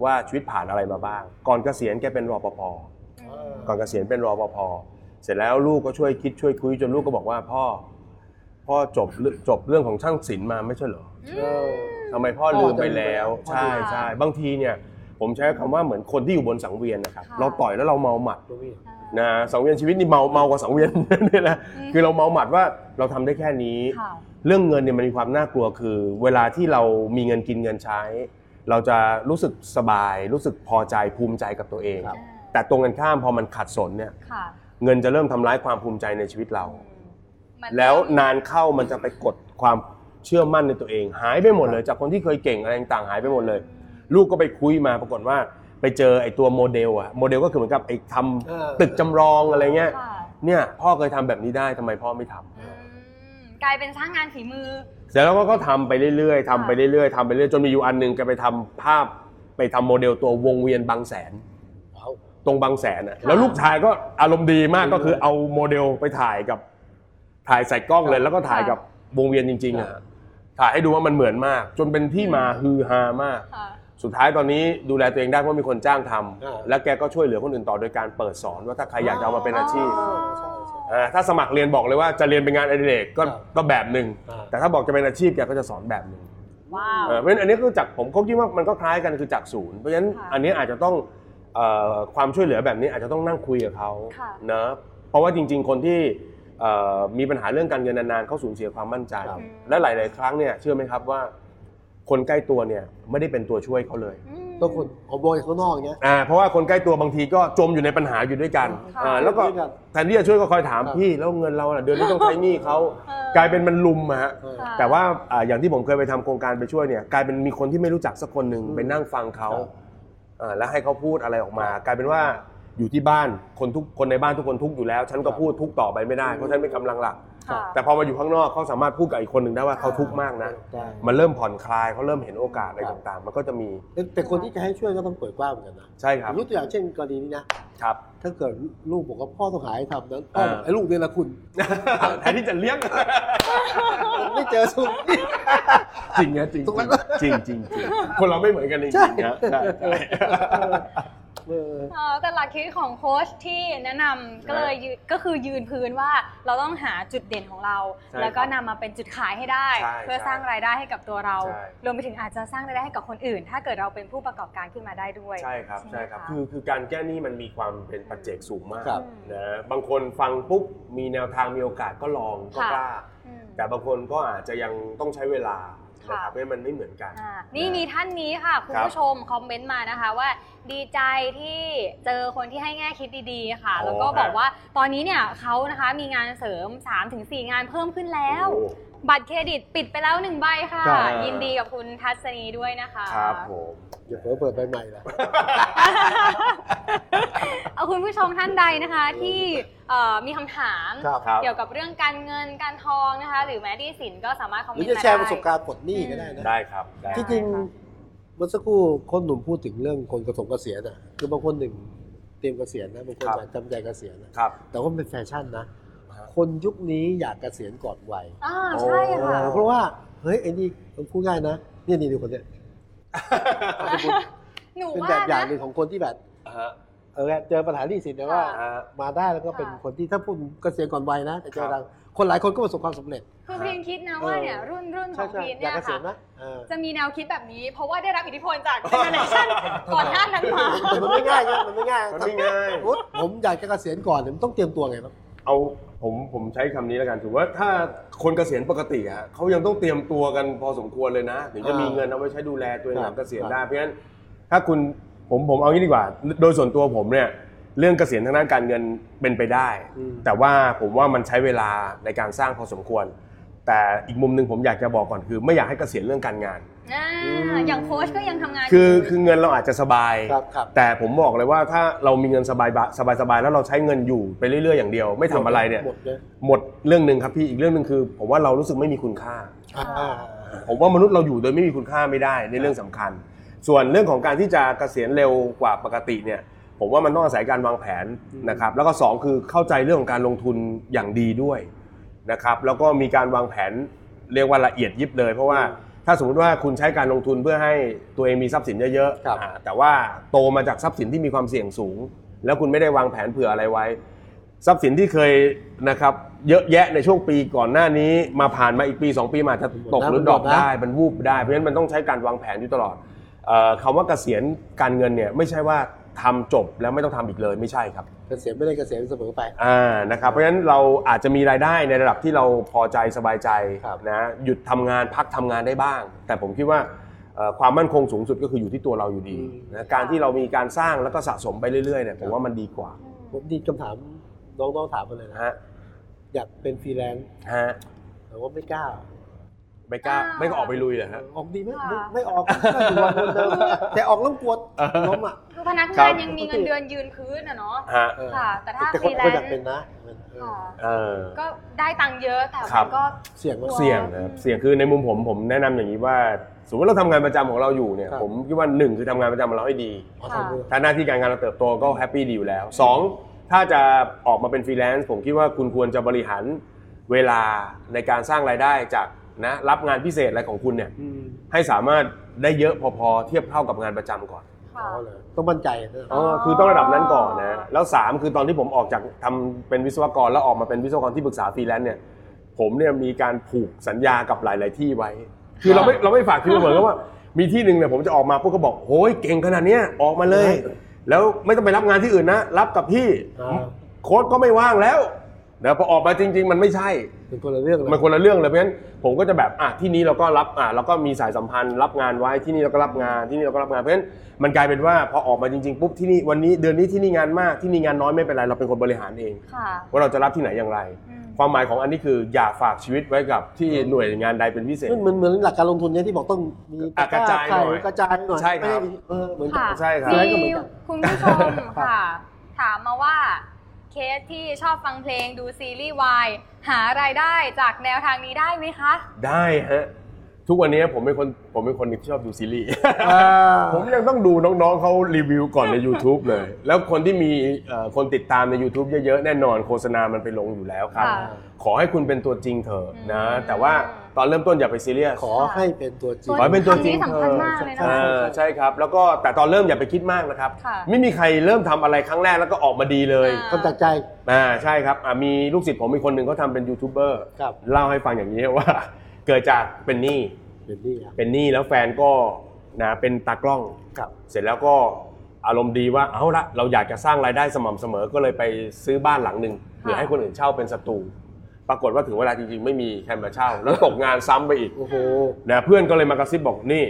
ว่าชีวิตผ่านอะไรมาบ้าง ก่อนเกษียณแกเป็นรปภ ก่อนเกษียณเป็นรอปภ เสร็จแล้วลูกก็ช่วยคิดช่วยคุยจนลูกก็บอกว่าพ่อ พ่อจบเรื่องจบเรื่องของช่างศิลป์มาไม่ใช่เหรอ เออ ทำไมพ่อลืมไปแล้ว พ่อ ใช่ ลืมไปแล้ว ใช่บางทีเนี่ย ผมใช้คำว่าเหมือนคนที่อยู่บนสังเวียนนะครับ ค่ะ เราต่อยแล้วเราเมาหมัด ตัวพี่ นะสังเวียนชีวิตนี่เมาเมากว่าสังเวียน เนี่ยนะคือเราเมาหมัดว่าเราทำได้แค่นี้ ค่ะ เรื่องเงินเนี่ยมันมีความน่ากลัวคือ เวลาที่เรามีเงินกินเงินใช้ เราจะรู้สึกสบาย รู้สึกพอใจภูมิใจกับตัวเอง ครับ แต่ตรงกันข้ามพอมันขัดสนเนี่ย ค่ะ เงินจะเริ่มทำร้ายความภูมิใจในชีวิตเรา มัน แล้วนานเข้ามันจะไปกดความเชื่อมั่นในตัวเอง หายไปหมดเลย จากคนที่เคยเก่งอะไรต่างๆหายไปหมดเลย ลูกก็ไปคุยมาปรากฏว่าไปเจอไอ้ตัวโมเดลอะโมเดลก็คือเหมือนกับไอ้ท เออ ำตึกจำลองอะไรเงี้ย ค่ะ เนี่ยพ่อเคยทำแบบนี้ได้ทำไมพ่อไม่ทำ อืมกลายเป็นสร้างงานฝีมือ เสร็จแล้วก็ก็ทำไปเรื่อยๆทำไปเรื่อยๆทำไปเรื่อยจนมีอยู่อันหนึงแกไปทำภาพไปทำโมเดลตัววงเวียนบางแสน เอา ตรงบางแสนอะแล้วลูกชายก็อารมณ์ดีมากก็คือเอาโมเดลไปถ่ายกับ ถ่ายใส่กล้องเลย แล้วก็ถ่ายกับวงเวียนจริง ๆอะ ค่ะ ถ่ายให้ดูว่ามันเหมือนมาก จนเป็นที่มาฮือฮามาก ค่ะ สุดท้ายตอนนี้ดูแลตัวเองได้เพราะมีคนจ้างทำ อ่า และแกก็ช่วยเหลือคนอื่นต่อโดยการเปิดสอนว่าถ้าใครอยากจะเอามาเป็นอาชีพ เออใช่ใช่ อ่าถ้าสมัครเรียนบอกเลยว่าจะเรียนเป็นงานอดิเรกก็ ครับ ก็แบบหนึ่ง อ่า แต่ถ้าบอกจะเป็นอาชีพแกก็จะสอนแบบหนึ่ง ว้าว เอ่อเพราะฉะนั้นอันนี้คือจากผมก็คิดว่ามันก็คล้ายกันคือจากศูนย์เพราะฉะนั้น ค่ะ อันนี้อาจจะต้องเอ่อความช่วยเหลือแบบนี้อาจจะต้องนั่งคุยกับเขา ค่ะ เนอะเพราะว่าจริง ๆ คนที่เอ่อมีปัญหาเรื่องการเงินนานๆเขาสูญเสียความมั่นใจ ครับ และหลาย ๆ ครั้งเนี่ยเชื่อไหมครับว่า คนใกล้ตัวเนี่ยไม่ได้เป็นตัวช่วยเขาเลย ม ก็คนเอาบอยข้างนอกอย่างเงี้ย อ่าเพราะว่าคนใกล้ตัวบางทีก็จมอยู่ในปัญหาอยู่ด้วยกัน ค่ะ อ่าแล้วก็ อยู่ด้วยกัน แทนที่จะช่วยก็คอยถาม ครับ พี่แล้วเงินเราน่ะเดือนนี้ต้องใช้หนี้เขา เออก ลายเป็นมันลุมอะฮะ เออ ค่ะ แต่ว่าอ่าอย่างที่ผมเคยไปทำโครงการไปช่วยเนี่ยกลายเป็นมีคนที่ไม่รู้จักสักคนหนึ่ง อืม ไปนั่งฟังเขา ครับ อ่าแล้วให้เขาพูดอะไรออกมา กลายเป็นว่าอยู่ที่บ้านคนทุกคนในบ้านทุกคนทุกข์อยู่แล้ว ฉันคก็รับ พูดทุกข์ต่อไปไม่ได้ อืม เพราะฉันเป็นกำลังหลัก ค่ะ แต่พอมาอยู่ข้างนอกเขาสามารถพูดกับอีกคนหนึ่งได้ว่าเขาทุกข์มากนะ ใช่ มันเริ่มผ่อนคลายเขาเริ่มเห็นโอกาสอะไร ครับ ต่างๆ มันก็จะมี แต่คนที่จะให้ช่วยก็ต้องเปิดกว้างเหมือนกันนะ ใช่ครับ ยกตัวอย่างเช่นกรณีนี้นะ ครับ ถ้าเกิดลูกบอกว่าพ่อต้องหาให้ทำนั้นพ่อ อ่า บอกไอ้ลูกเนี่ยละคุณ แทนที่จะเลี้ยง ไม่เจอสุด จริงนะจริงจริงจริงจริงคนเราไม่เหมือนกันจริง ใช่ ๆนะใช่ใช่ เออ เอ่อแต่หลักคิดของโค้ชที่แนะนำก็เลยยืนก็คือยืนพื้นว่าเราต้องหาจุดเด่นของเรา ใช่ครับ แล้วก็นำมาเป็นจุดขายให้ได้ ใช่ เพื่อสร้างรายได้ให้กับตัวเรา ใช่ รวมไปถึงอาจจะสร้างรายได้ให้กับคนอื่น ถ้าเกิดเราเป็นผู้ประกอบการขึ้นมาได้ด้วย ใช่ครับ ใช่ ใช่ ไหม ครับ คะ คือคือการแก้หนี้มันมีความเป็นปัจเจกสูงมาก ครับ นะบางคนฟังปุ๊บมีแนวทางมีโอกาสก็ลองก็ ค่ะ กล้า อืม แต่บางคนก็อาจจะยังต้องใช้เวลานะ ค่ะ ครับเพราะฉะนั้นมันไม่เหมือนกัน อ่านี่มีท่านนี้ค่ะ คุณ ครับ ผู้ชมคอมเมนต์มานะคะว่า ดีใจที่เจอคนที่ให้แง่คิดดีๆค่ะ โอ้ แล้วก็บอก ฮะ ว่าตอนนี้เนี่ยเขานะคะมีงานเสริม 3-4 งานเพิ่มขึ้นแล้ว โอ้ บัตรเครดิตปิดไปแล้วหนึ่งใบค่ะ ครับ ยินดีกับคุณทัศนีด้วยนะคะ ครับผม อย่าเพิ่งเปิดใบใหม่ละ เอาคุณผู้ชมท่านใดนะคะที่เอ่อมีคำถาม ครับ ครับ เกี่ยวกับเรื่องการเงินการทองนะคะ หรือแม้ที่สินก็สามารถคอม ห เม รื น อจะต์มา แชร์ประสบ ได้ การณ์ปลดหนี้ก็ได้นะ ได้ครับได้ ที่จริงเมื่อสักครู่คนหนุ่มพูดถึงเรื่องคนกระสงเกษียณอ่ะคือบางคนหนึ่งเตรียมเกษียณนะบางคนอยากจำใจเกษียณนะครับ แต่ว่ามันเป็นแฟชั่นนะ ครับ คนยุคนี้อยากเกษียณก่อนวัย อ่าใช่ค่ะ เพราะว่าเฮ้ยไอ้นี่มันพูดง่ายนะเนี่ยนี่ดูคนเนี้ย หนู เป็น ว่า แบบอย่าง นะ หนึ่งของคนที่แบบ อ่าฮะ เออเจอปัญหาหนี้สินแต่ว่า อ่าฮะ มาได้แล้วก็เป็น ค่ะ คนที่ถ้าพูดเกษียณก่อนวัยนะ แต่เจอ คดัรับ งคนหลายคนก็ประสบความสำเร็จ คือพีนคิดนะว่าเนี่ย เออ รุ่นรุ่นข ใช่ อง ใช่ พีน อยากเนี่ย เกษียณค่ะนะเออ จะมีแนวคิดแบบนี้ เพราะว่าได้รับอิทธิพลจากเจเนอเร ชั่นก่อนหน้านั้นมา แต่มันไม่ง่ายนะมันไม่ง่าย มันไม่ง่าย สมมุติผมอยากจะเกษียณก่อนเนี่ยมันต้องเตรียมตัวไงบ้าง เอาผมผมใช้คำนี้แล้วกันถือว่าถ้าคนเกษียณปกติอะเขายังต้องเตรียมตัวกันพอสมควรเลยนะถึงจะ อ่ามี มีเงินเอาไว้ใช้ดูแลตัวเองหลัง ครั เก บ ษียณได้เพราะฉะนั้นถ้าคุณผมผมเอางี้ดีกว่า โดยส่วนตัวผมเนี่ยเรื่องเกษียณทางด้านการเงินเป็นไปได้ อืม แต่ว่าผมว่ามันใช้เวลาในการสร้างพอสมควร แต่อีกมุมหนึ่งผมอยากจะบอกก่อนคือ ไม่อยากให้เกษียณเรื่องการงาน อ่าอย่างโค้ชก็ยังทำงาน คือ อยู่ คือเงินเราอาจจะสบาย ครับครับ แต่ผมบอกเลยว่าถ้าเรามีเงินสบายๆสบายๆแล้วเราใช้เงินอยู่ไปเรื่อยๆอย่างเดียว ไม่ทำอะไรเนี่ย หมดเลย หมดเรื่องหนึ่งครับพี่อีกเรื่องหนึ่งคือ ผมว่าเรารู้สึกไม่มีคุณค่า อ่า ผมว่ามนุษย์เราอยู่โดยไม่มีคุณค่าไม่ได้ในเรื่องสำคัญ ส่วนเรื่องของการที่จะเกษียณเร็วกว่าปกติเนี่ย ผมว่ามันต้องอาศัยการวางแผน อืม นะครับ แล้วก็สองคือเข้าใจเรื่องของการลงทุนอย่างดีด้วยนะครับ แล้วก็มีการวางแผนเรียกว่าละเอียดยิบเลย เพราะว่าถ้าสมมุติว่าคุณใช้การลงทุนเพื่อให้ตัวเองมีทรัพย์สินเยอะ ครับ ๆอ่าแต่ว่าโตมาจากทรัพย์สินที่มีความเสี่ยงสูง แล้วคุณไม่ได้วางแผนเผื่ออะไรไว้ ทรัพย์สินที่เคยนะครับเยอะแยะในช่วงปีก่อนหน้านี้มาผ่านมาอีกปี 2 ปีมันอาจจะตกหรือดรอปได้มันวูบได้เพราะฉะนั้นมันต้องใช้การวางแผนอยู่ตลอดเอ่อคำว่าเกษียณการเงินเนี่ยไม่ใช่ว่าทำจบแล้วไม่ต้องทำอีกเลยไม่ใช่ครับ เกษียณไม่ได้เกษียณเสมอไป อ่านะครับเพราะฉะนั้นเราอาจจะมีรายได้ในระดับที่เราพอใจสบายใจ ครับ นะหยุดทำงานพักทำงานได้บ้าง แต่ผมคิดว่าเอ่อความมั่นคงสูงสุดก็คืออยู่ที่ตัวเราอยู่ดีนะการที่เรามีการสร้างแล้วก็สะสมไปเรื่อยๆเนี่ยผมว่ามันดีกว่า ผมดีคำถามน้องๆถามมาเลยนะ นะฮะ อยากเป็นฟรีแลนซ์ ฮะ แต่ว่าไม่กล้า ไม่กล้า อ่า ไม่ก็ออกไปลุยเหรอฮะ ออกดีไหม ค่ะ ไม่ไม่ออก ก็อยู่วันเดิมแต่ออกแล้วปวดล้มอ่ะ คือพนัก ครั งาน บ ยังมีเงินเดือนยืนพื้นอะเนาะ ฮะ เออ ค่ะแต่ถ้า แต่คน freelance คนอยากเป็นนะเออ ค่ะ เออ ก็ได้ตังค์เยอะแต่ ครั มั บ นก็ เสี่ยงไหม กลัว เสี่ยงนะครับเสี่ยงคือในมุมผมผมแนะนำอย่างนี้ว่า สมมติเราทำงานประจำของเราอยู่เนี่ย ครับ ผมคิดว่าหนึ่งคือทำงานประจำของเราให้ดี เอาทำเลย ถ้าหน้าที่การงานเราเติบโตก็แฮปปี้ดีอยู่แล้วสองถ้าจะออกมาเป็นฟรีแลนซ์ผมคิดว่าคุณควรจะบริหารเวลาในการสร้างรายได้จากนะรับงานพิเศษอะไรของคุณเนี่ย อืม ให้สามารถได้เยอะพอๆเทียบเท่ากับงานประจำก่อน อ๋ ค่ะ อเลยต้องมั่นใจนะ อ๋ อ๋อ อ คือต้องระดับนั้นก่อนนะ แล้ว 3 คือตอนที่ผมออกจากทำเป็นวิศวกรแล้วออกมาเป็นวิศวกรที่ปรึกษาฟรีแลนซ์เนี่ย ผมเนี่ยมีการผูกสัญญากับหลาย ๆ ที่ไว้ คือเราไม่เราไม่ฝากคือเหมือนกับว่า มีที่หนึ่งเนี่ยผมจะออกมาพวกก็บอกโอ้ยเก่งขนาดเนี้ยออกมาเลย แล้วไม่ต้องไปรับงานที่อื่นนะ รับกับพี่ อ่า โค้ดก็ไม่ว่างแล้วเดี๋ยวพอออกมาจริง ๆ มันไม่ใช่ เป็นคนละเรื่องเลย มันคนละเรื่องเลยเพราะฉะนั้นผมก็จะแบบอ่ะที่นี้เราก็รับอ่ะเราก็มีสายสัมพันธ์ รับงานไว้ที่นี่เราก็รับงานที่นี่เราก็รับงานเพราะฉะนั้นมันกลายเป็นว่าพอออกมาจริงๆปุ๊บที่นี่วันนี้เดือนนี้ที่นี่งานมากที่นี่งานน้อยไม่เป็นไรเราเป็นคนบริหารเอง ค่ะ ว่าเราจะรับที่ไหนอย่างไร อืม ความหมายของอันนี้คืออย่าฝากชีวิตไว้กับที่หน่วยงานใดเป็นพิเศษ มันเหมือนเหมือนหลักการลงทุนเนี่ยที่บอกต้องมี อ่ะกระจายหน่อย ไข่กระจายหน่อย ใช่ครับ ไม่ได้มีเออเหมือนกั ค่ะ น ใช่ครับ มี ก็เหมือนกัน คุณผู้ชมค่ะ ถามมาว่าเคสที่ชอบฟังเพลงดูซีรีส์วายหารายได้จากแนวทางนี้ได้ไหมคะ ได้ฮะทุกวันนี้ผมเป็นคนผมเป็นคนที่ชอบดูซีรีส์ ผมยังต้องดูน้องๆเขารีวิวก่อนใน YouTube เลย แล้วคนที่มีเอ่อคนติดตามใน YouTube เยอะๆ แน่นอนโฆษณามันไปลงอยู่แล้วครับ ค่ะ ขอให้คุณเป็นตัวจริงเถอะนะ อืม แต่ว่าตอนเริ่มต้นอย่าไปซีเรียส ขอให้เป็นตัวจริง ขอให้เป็นตัวจริง คำนี้สำคัญมากเลยนะ อ่ คะ าใช่ครับ แล้วก็แต่ตอนเริ่มอย่าไปคิดมากนะครับ ค่ะ ไม่มีใครเริ่มทำอะไรครั้งแรกแล้วก็ออกมาดีเลย คนจากใจ อ่าใช่ครับอ่ามีลูกศิษย์ผมมีคนหนึ่งเขาทำเป็นยูทูบเบอร์ ครับ เล่าให้ฟังอย่างนี้ว่า เกิดจากเป็นหนี้ เดี๋ยวนี้ครับ เป็นหนี้แล้วแฟนก็นะเป็นตากล้อง ครับ เสร็จแล้วก็อารมณ์ดีว่าเอาละเราอยากจะสร้างรายได้สม่ำเสมอก็เลยไปซื้อบ้านหลังหนึ่งเพื่อให้คนอื่นเช่าเป็นศัตรูปรากฏว่าถึงเวลาจริงๆ ไม่มีใครมาเช่า แล้วตกงานซ้ำไปอีก โอ้โห นะเพื่อนก็เลยมากระซิบบอกนี่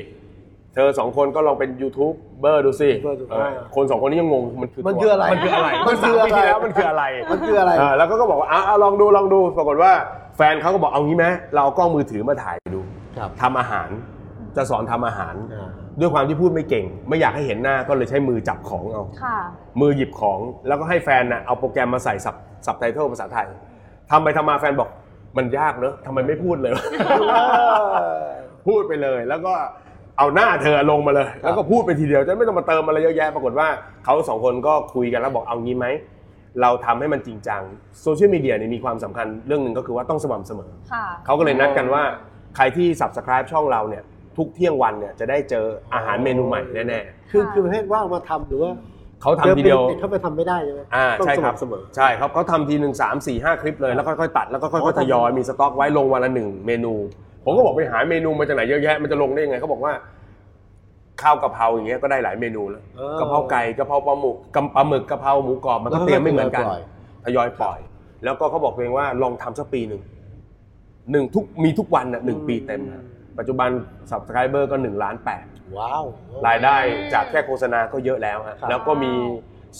เธอสองคนก็ลองเป็นยูทูบเบอร์ดูสิ ยูทูบเบอร์ดู เออคนสองคนนี้ยังงงมันคือ มันคืออะไร มันคืออะไร มั มัน น คื สาม ออะไร ปีที่แล้วมันคืออะไร มันคืออะไร เออแล้วก็ก็บอกว่าอ่ะอ่ะลองดูลองดูปรากฏว่าแฟนเขาก็บอกเอางี้ไหมเราเอากล้องมือถือมาถ่ายดู ครับ ทำอาหาร จะสอนทำอาหาร อ่า ด้วยความที่พูดไม่เก่ง ไม่อยากให้เห็นหน้าก็เลยใช้มือจับของเอา ค่ะ มือหยิบของแล้วก็ให้แฟนน่ะเอาโปรแกรมมาใส่สับสับไตเติลภาษาไทยทำไปทำมาแฟนบอกมันยากเนอะทำไมไม่พูดเลย พูดไปเลยแล้วก็เอาหน้าเธอลงมาเลย แล้วก็พูดไปทีเดียวจะไม่ต้องมาเติมอะไรเยอะแยะปรากฏว่าเขาสองคนก็คุยกันแล้วบอกเอางี้ไหม เราทำให้มันจริงจังโซเชียลมีเดียเนี่ยมีความสำคัญเรื่องหนึ่งก็คือว่าต้องสม่ำเสมอ ค่ะ เขาก็เลยนัดกันว่าใครที่ subscribe ช่องเราเนี่ย ทุกเที่ยงวันเนี่ยจะได้เจออาหารเมนูใหม่แน่ คือคือประเภทว่างมาทำหรือว่า ๆเขาทำทีเดียจวอป็นเขาไปทำไม่ได้ใช่ไหม อ่า ต้อง ใช่ครับ สม่ำเสมอ ใช่ครับเขาทำทีหนึ่งสามสี่ห้าคลิปเลยแล้วค่อยๆตัดแล้วก็ค่ อ๋ อ อย ๆทยอยมีสต็อกไว้ลงวันละหนึ่งเมนู ผมก็บอกไปหาเมนูมาจากไหนเยอะแยะมันจะลงได้ยังไงเขาบอกว่า ข้าวกะเพราอย่างเงี้ยก็ได้หลายเมนูแล้ว เออก ะเพราไก่กะเพราปลาหมึกกะปลาหมึกกะเพราหมูกรอบมันก็เตรียมไม่เหมือนกัน ทยอยปล่อย ทยอยปล่อย แล้วก็เขาบอกตัวเองว่าลองทำสักปีหนึ่งหนึ่งทุกมีทุกวันน่ะหนึ่งปีเต็มนะปัจจุบันสับสไครเบอร์ก็หนึ่งล้านแปด ว้าว รายได้จากแค่โฆษณาก็เยอะแล้วฮะ ครับ แล้วก็มี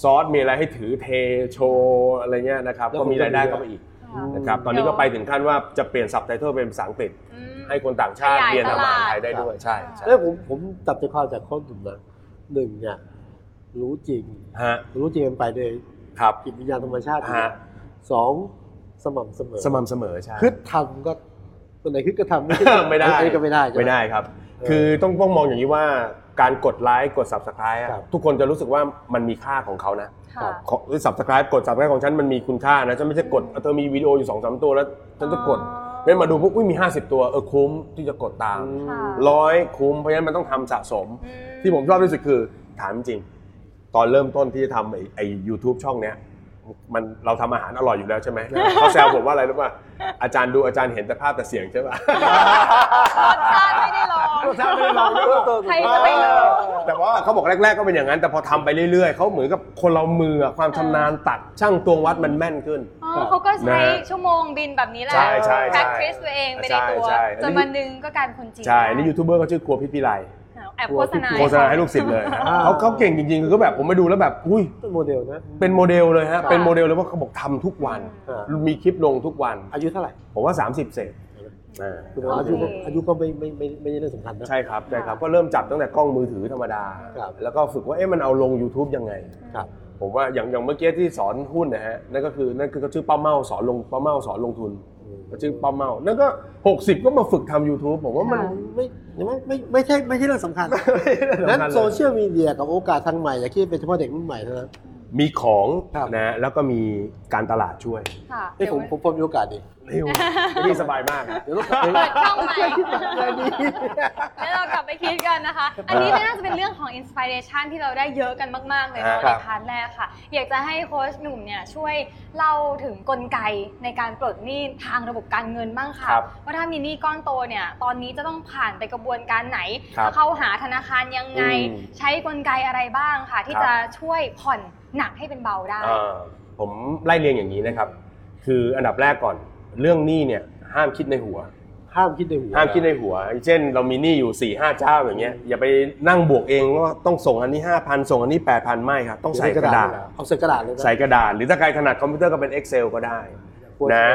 ซอสมีอะไรให้ถือเทโชว์อะไรเงี้ยนะครับ ก็มีรายได้เข้ามาอีก ค่ะ นะครับ ตอนนี้ก็ไปถึงขั้นว่าจะเปลี่ยนซับไตเติลเป็นภาษาอังกฤษ อืม ให้คนต่างชาติ ขยาย เรียน ต อา ลาด หารไทยได้ด้วย ใช่ใช่ เอ้ยผมผมตัดใจความจากข้อหนุ่มนะหนึ่งเนี่ยรู้จริง ฮะ รู้จริงมันไปโดย ครับ จิตวิญญาณธรรมชาติอยู่ ฮะ สองสม่ำเสมอ สม่ำเสมอใช่ คึดทำก็คนไหนคึดก็ทำ ไม่ได้ อันนี้ก็ไม่ได้ใช่ห ไม่ได้ครับ เออ คือต้องต้องมองอย่างนี้ว่าการกดไลค์กด subscribe อะ ครับ ทุกคนจะรู้สึกว่ามันมีค่าของเขานะ ค่ะ ขอ subscribe กด subscribe ของฉันมันมีคุณค่านะ ฉันไม่ใช่กดเธอมีวิดีโออยู่สองสามตัวแล้ว ฉันจะกด อ๋อ ไม่มาดูปุ๊บอุ้ยมี 50 ตัวเออคุ้มที่จะกดตาม ค่ะ ร้อยคุ้มเพราะฉะนั้นมันต้องทำสะสม อืม ที่ผมชอบที่สุดคือถามจริง ตอนเริ่มต้นที่จะทำไอ้ไอ้ยูทูบช่องเนี้ยมันเราทำอาหารอร่อยอยู่แล้วใช่ไหมเขาแซวผมว่าอะไรรู้ป่ะอาจารย์ดูอาจารย์เห็นแต่ภาพแต่เสียงใช่ป่ะ รสชาติไม่ได้ลอง ใช่ไม่ได้ลองไม่ได้ลอง ใครจะไปรู้ แต่ว่าเขาบอกแรก ๆ ก็เป็นอย่างนั้น แต่พอทำไปเรื่อย ๆ เขาเหมือนกับคนเรามืออะความชำนาญตัดช่างตวงวัดมันแม่นขึ้น อ๋อเขาก็ใช้ นะ ชั่วโมงบินแบบนี้แหละ ใช่ใช่ใช่ practice ตัวเองไปในตัว ใช่ใช่ จนวันหนึ่งก็กลายเป็นคนจริง ใช่นี่ยูทูบเบอร์เขาชื่อครัวพี่พิไล แอบโฆษณา โฆษณาให้ลูกศิษย์เลยนะ อ่า เขาเขาเก่งจริงๆ คือก็แบบผมไปดูแล้วแบบ อุ้ย เป็นโมเดลนะ เป็นโมเดลเลยฮะ ค่ะ เป็นโมเดลเลยว่าเขาบอกทำทุกวัน อ่า มีคลิปลงทุกวัน อายุเท่าไหร่ ผมว่า 30 เศษอ่า คือว่าอายุก็อายุก็ไม่ไม่ไม่ไม่ใช่เรื่องสำคัญนะ ใช่ครับใช่ครับ ก็เริ่มจับตั้งแต่กล้องมือถือธรรมดา ครับ แล้วก็ฝึกว่าเอ๊ะมันเอาลง YouTube ยังไง ครับ ผมว่าอย่างอย่างเมื่อกี้ที่สอนหุ้นนะฮะนั่นก็คือนั่นคือชื่อป้าเมาสอนลงป้าเมาสอนลงทุน อืม ชื่อป้าเมานั่นก็ 60 ก็มาฝึกทำ YouTube ผมว่ามัน ค่ะ ไม่ไม่ไม่ไม่ใช่ไม่ใช่เรื่องสำคัญ นั้ นั้น น โซ โซ เชียล เชียลมีเดียกับโอกาสทางใหม่อย่าคิดเป็นเฉพาะเด็กรุ่นใหม่เท่านั้น มีของ ครับ นะ แล้วก็มีการตลาดช่วย ค่ะ เอ้ยผมผมผมมีโอกาสดี เร็ว พี่สบายมาก เดี๋ยวต้อง เปิดช่องใหม่ เรื่องนี้ แล้วเรากลับไปคิดกันนะคะ อันนี้น่าจะเป็นเรื่องของ inspiration ที่เราได้เยอะกันมาก ๆ เลยเนอะ ค ใน รับ พาร์ทแรกค่ะ อยากจะให้โค้ชหนุ่มเนี่ยช่วยเล่าถึงกลไกในการปลดหนี้ทางระบบการเงินบ้าง ค ค่ะ รับ ว่าถ้ามีหนี้ก้อนโตเนี่ย ตอนนี้จะต้องผ่านไปกระบวนการไหน ครับ เข้าหาธนาคารยังไง อืม ใช้กลไกอะไรบ้างค่ะ ที่ ครับ จะช่วยผ่อนหนักให้เป็นเบาได้ อ่าผมไล่เรียงอย่างนี้นะครับ คืออันดับแรกก่อนเรื่องหนี้เนี่ยห้ามคิดในหัว ห้ามคิดในหัว ห้ามคิดในหัว เช่น เรามีหนี้อยู่4ี่ห้าเจ้าอย่างเงี้ยอย่าไปนั่งบวกเองว่าต้องส่งอันนี้ 5,000 ส่งอันนี้ 8,000 ไม่ครับต้องใส่กระดาษ เอาใส่กระดาษเลยนะ ใส่กระดาษหรือถ้าใครถนัดคอมพิวเตอร์ก็เป็น Excel ก็ได้ กลัว นะ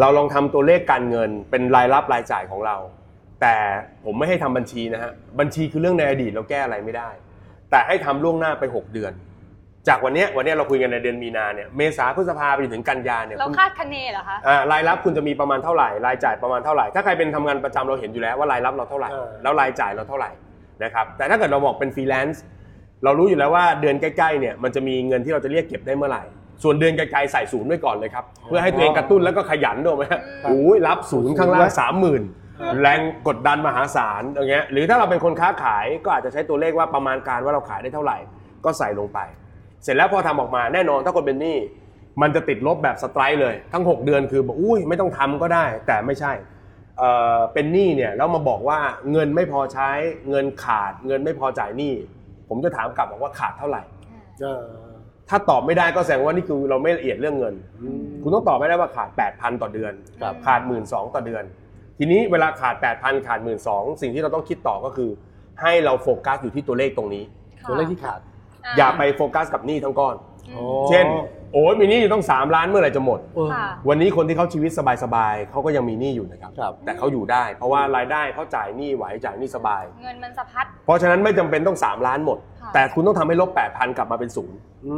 เราลองทำตัวเลขการเงินเป็นรายรับรายจ่ายของเรา แต่ผมไม่ให้ทำบัญชีนะฮะบัญชีคือเรื่องในอดีตเราแก้อะไรไม่ได้ แต่ให้ทำล่วงหน้าไป 6 เดือน จากวันเนี้ยวันเนี้ยเราคุยกันในเดือนมีนาเนี่ยเมษาพฤษภาไปจนถึงกันยาเนี่ย เรา คุณ คาดคะเนเหรอคะ อ่ารายรับคุณจะมีประมาณเท่าไหร่ รายจ่ายประมาณเท่าไหร่ ถ้าใครเป็นทำงานประจำเราเห็นอยู่แล้วว่ารายรับเราเท่าไหร่ เออ แล้วรายจ่ายเราเท่าไหร่นะครับแต่ถ้าเกิดเราบอกเป็นฟรีแลนซ์เรารู้อยู่แล้วว่าเดือนใกล้ๆเนี่ยมันจะมีเงินที่เราจะเรียกเก็บได้เมื่อไหร่ ส่วนเดือนไกลๆใส่ศูนย์ไว้ก่อนเลยครับ เพื่อให้ตัวเองกระตุ้นแล้วก็ขยันด้วยไหมฮะโอ้ยรับศูนย์ข้างล่างสามหมื่นแรงกดดันมหาศาลอย่างเงี้ยหรือถ้าเราเป็นคนค้าขายก็อาจจะใช้ตัวเลขว่าประมาณการว่าเราขายได้เท่าไหร่ ก็ใส่ลงไป เสร็จแล้วพอทำออกมาแน่นอนถ้าคนเป็นหนี้มันจะติดลบแบบสไตรค์เลย ทั้ง 6 เดือนคือบอกอุ้ยไม่ต้องทำก็ได้ แต่ไม่ใช่ เอ่อเป็นหนี้เนี่ยแล้วมาบอกว่าเงินไม่พอใช้เงินขาดเงินไม่พอจ่ายหนี้ ผมจะถามกลับบอกว่าขาดเท่าไหร่ เออ ถ้าตอบไม่ได้ก็แสดงว่านี่คือเราไม่ละเอียดเรื่องเงิน คุณต้องตอบไม่ได้ว่าขาด 8,000 ต่อเดือน ครับ ขาด 1 2ื่นต่อเดือน ทีนี้เวลาขาด 8,000 ขาด 1 2ื่นสิ่งที่เราต้องคิดต่อก็คือ ให้เราโฟกัสอยู่ที่ตัวเลขตรงนี้ ตัวเลขที่ขาด ค่ะ อย่าไปโฟกัสกับหนี้ทั้งก้อน อืม อ๋อ เช่น โอ้ยมีหนี้อยู่ต้อง 3 ล้านเมื่อไหร่จะหมด เออ ค่ะ วันนี้คนที่เขาชีวิตสบายๆเขาก็ยังมีหนี้อยู่นะครับ ครับ แต่เขาอยู่ได้เพราะว่ารายได้เขาจ่ายหนี้ไหวจ่ายหนี้สบาย เงินมันสะพัด เพราะฉะนั้นไม่จำเป็นต้อง 3 ล้านหมด ค่ะ แต่คุณต้องทำให้ลบ 8,000 กลับมาเป็นศูนย์ อื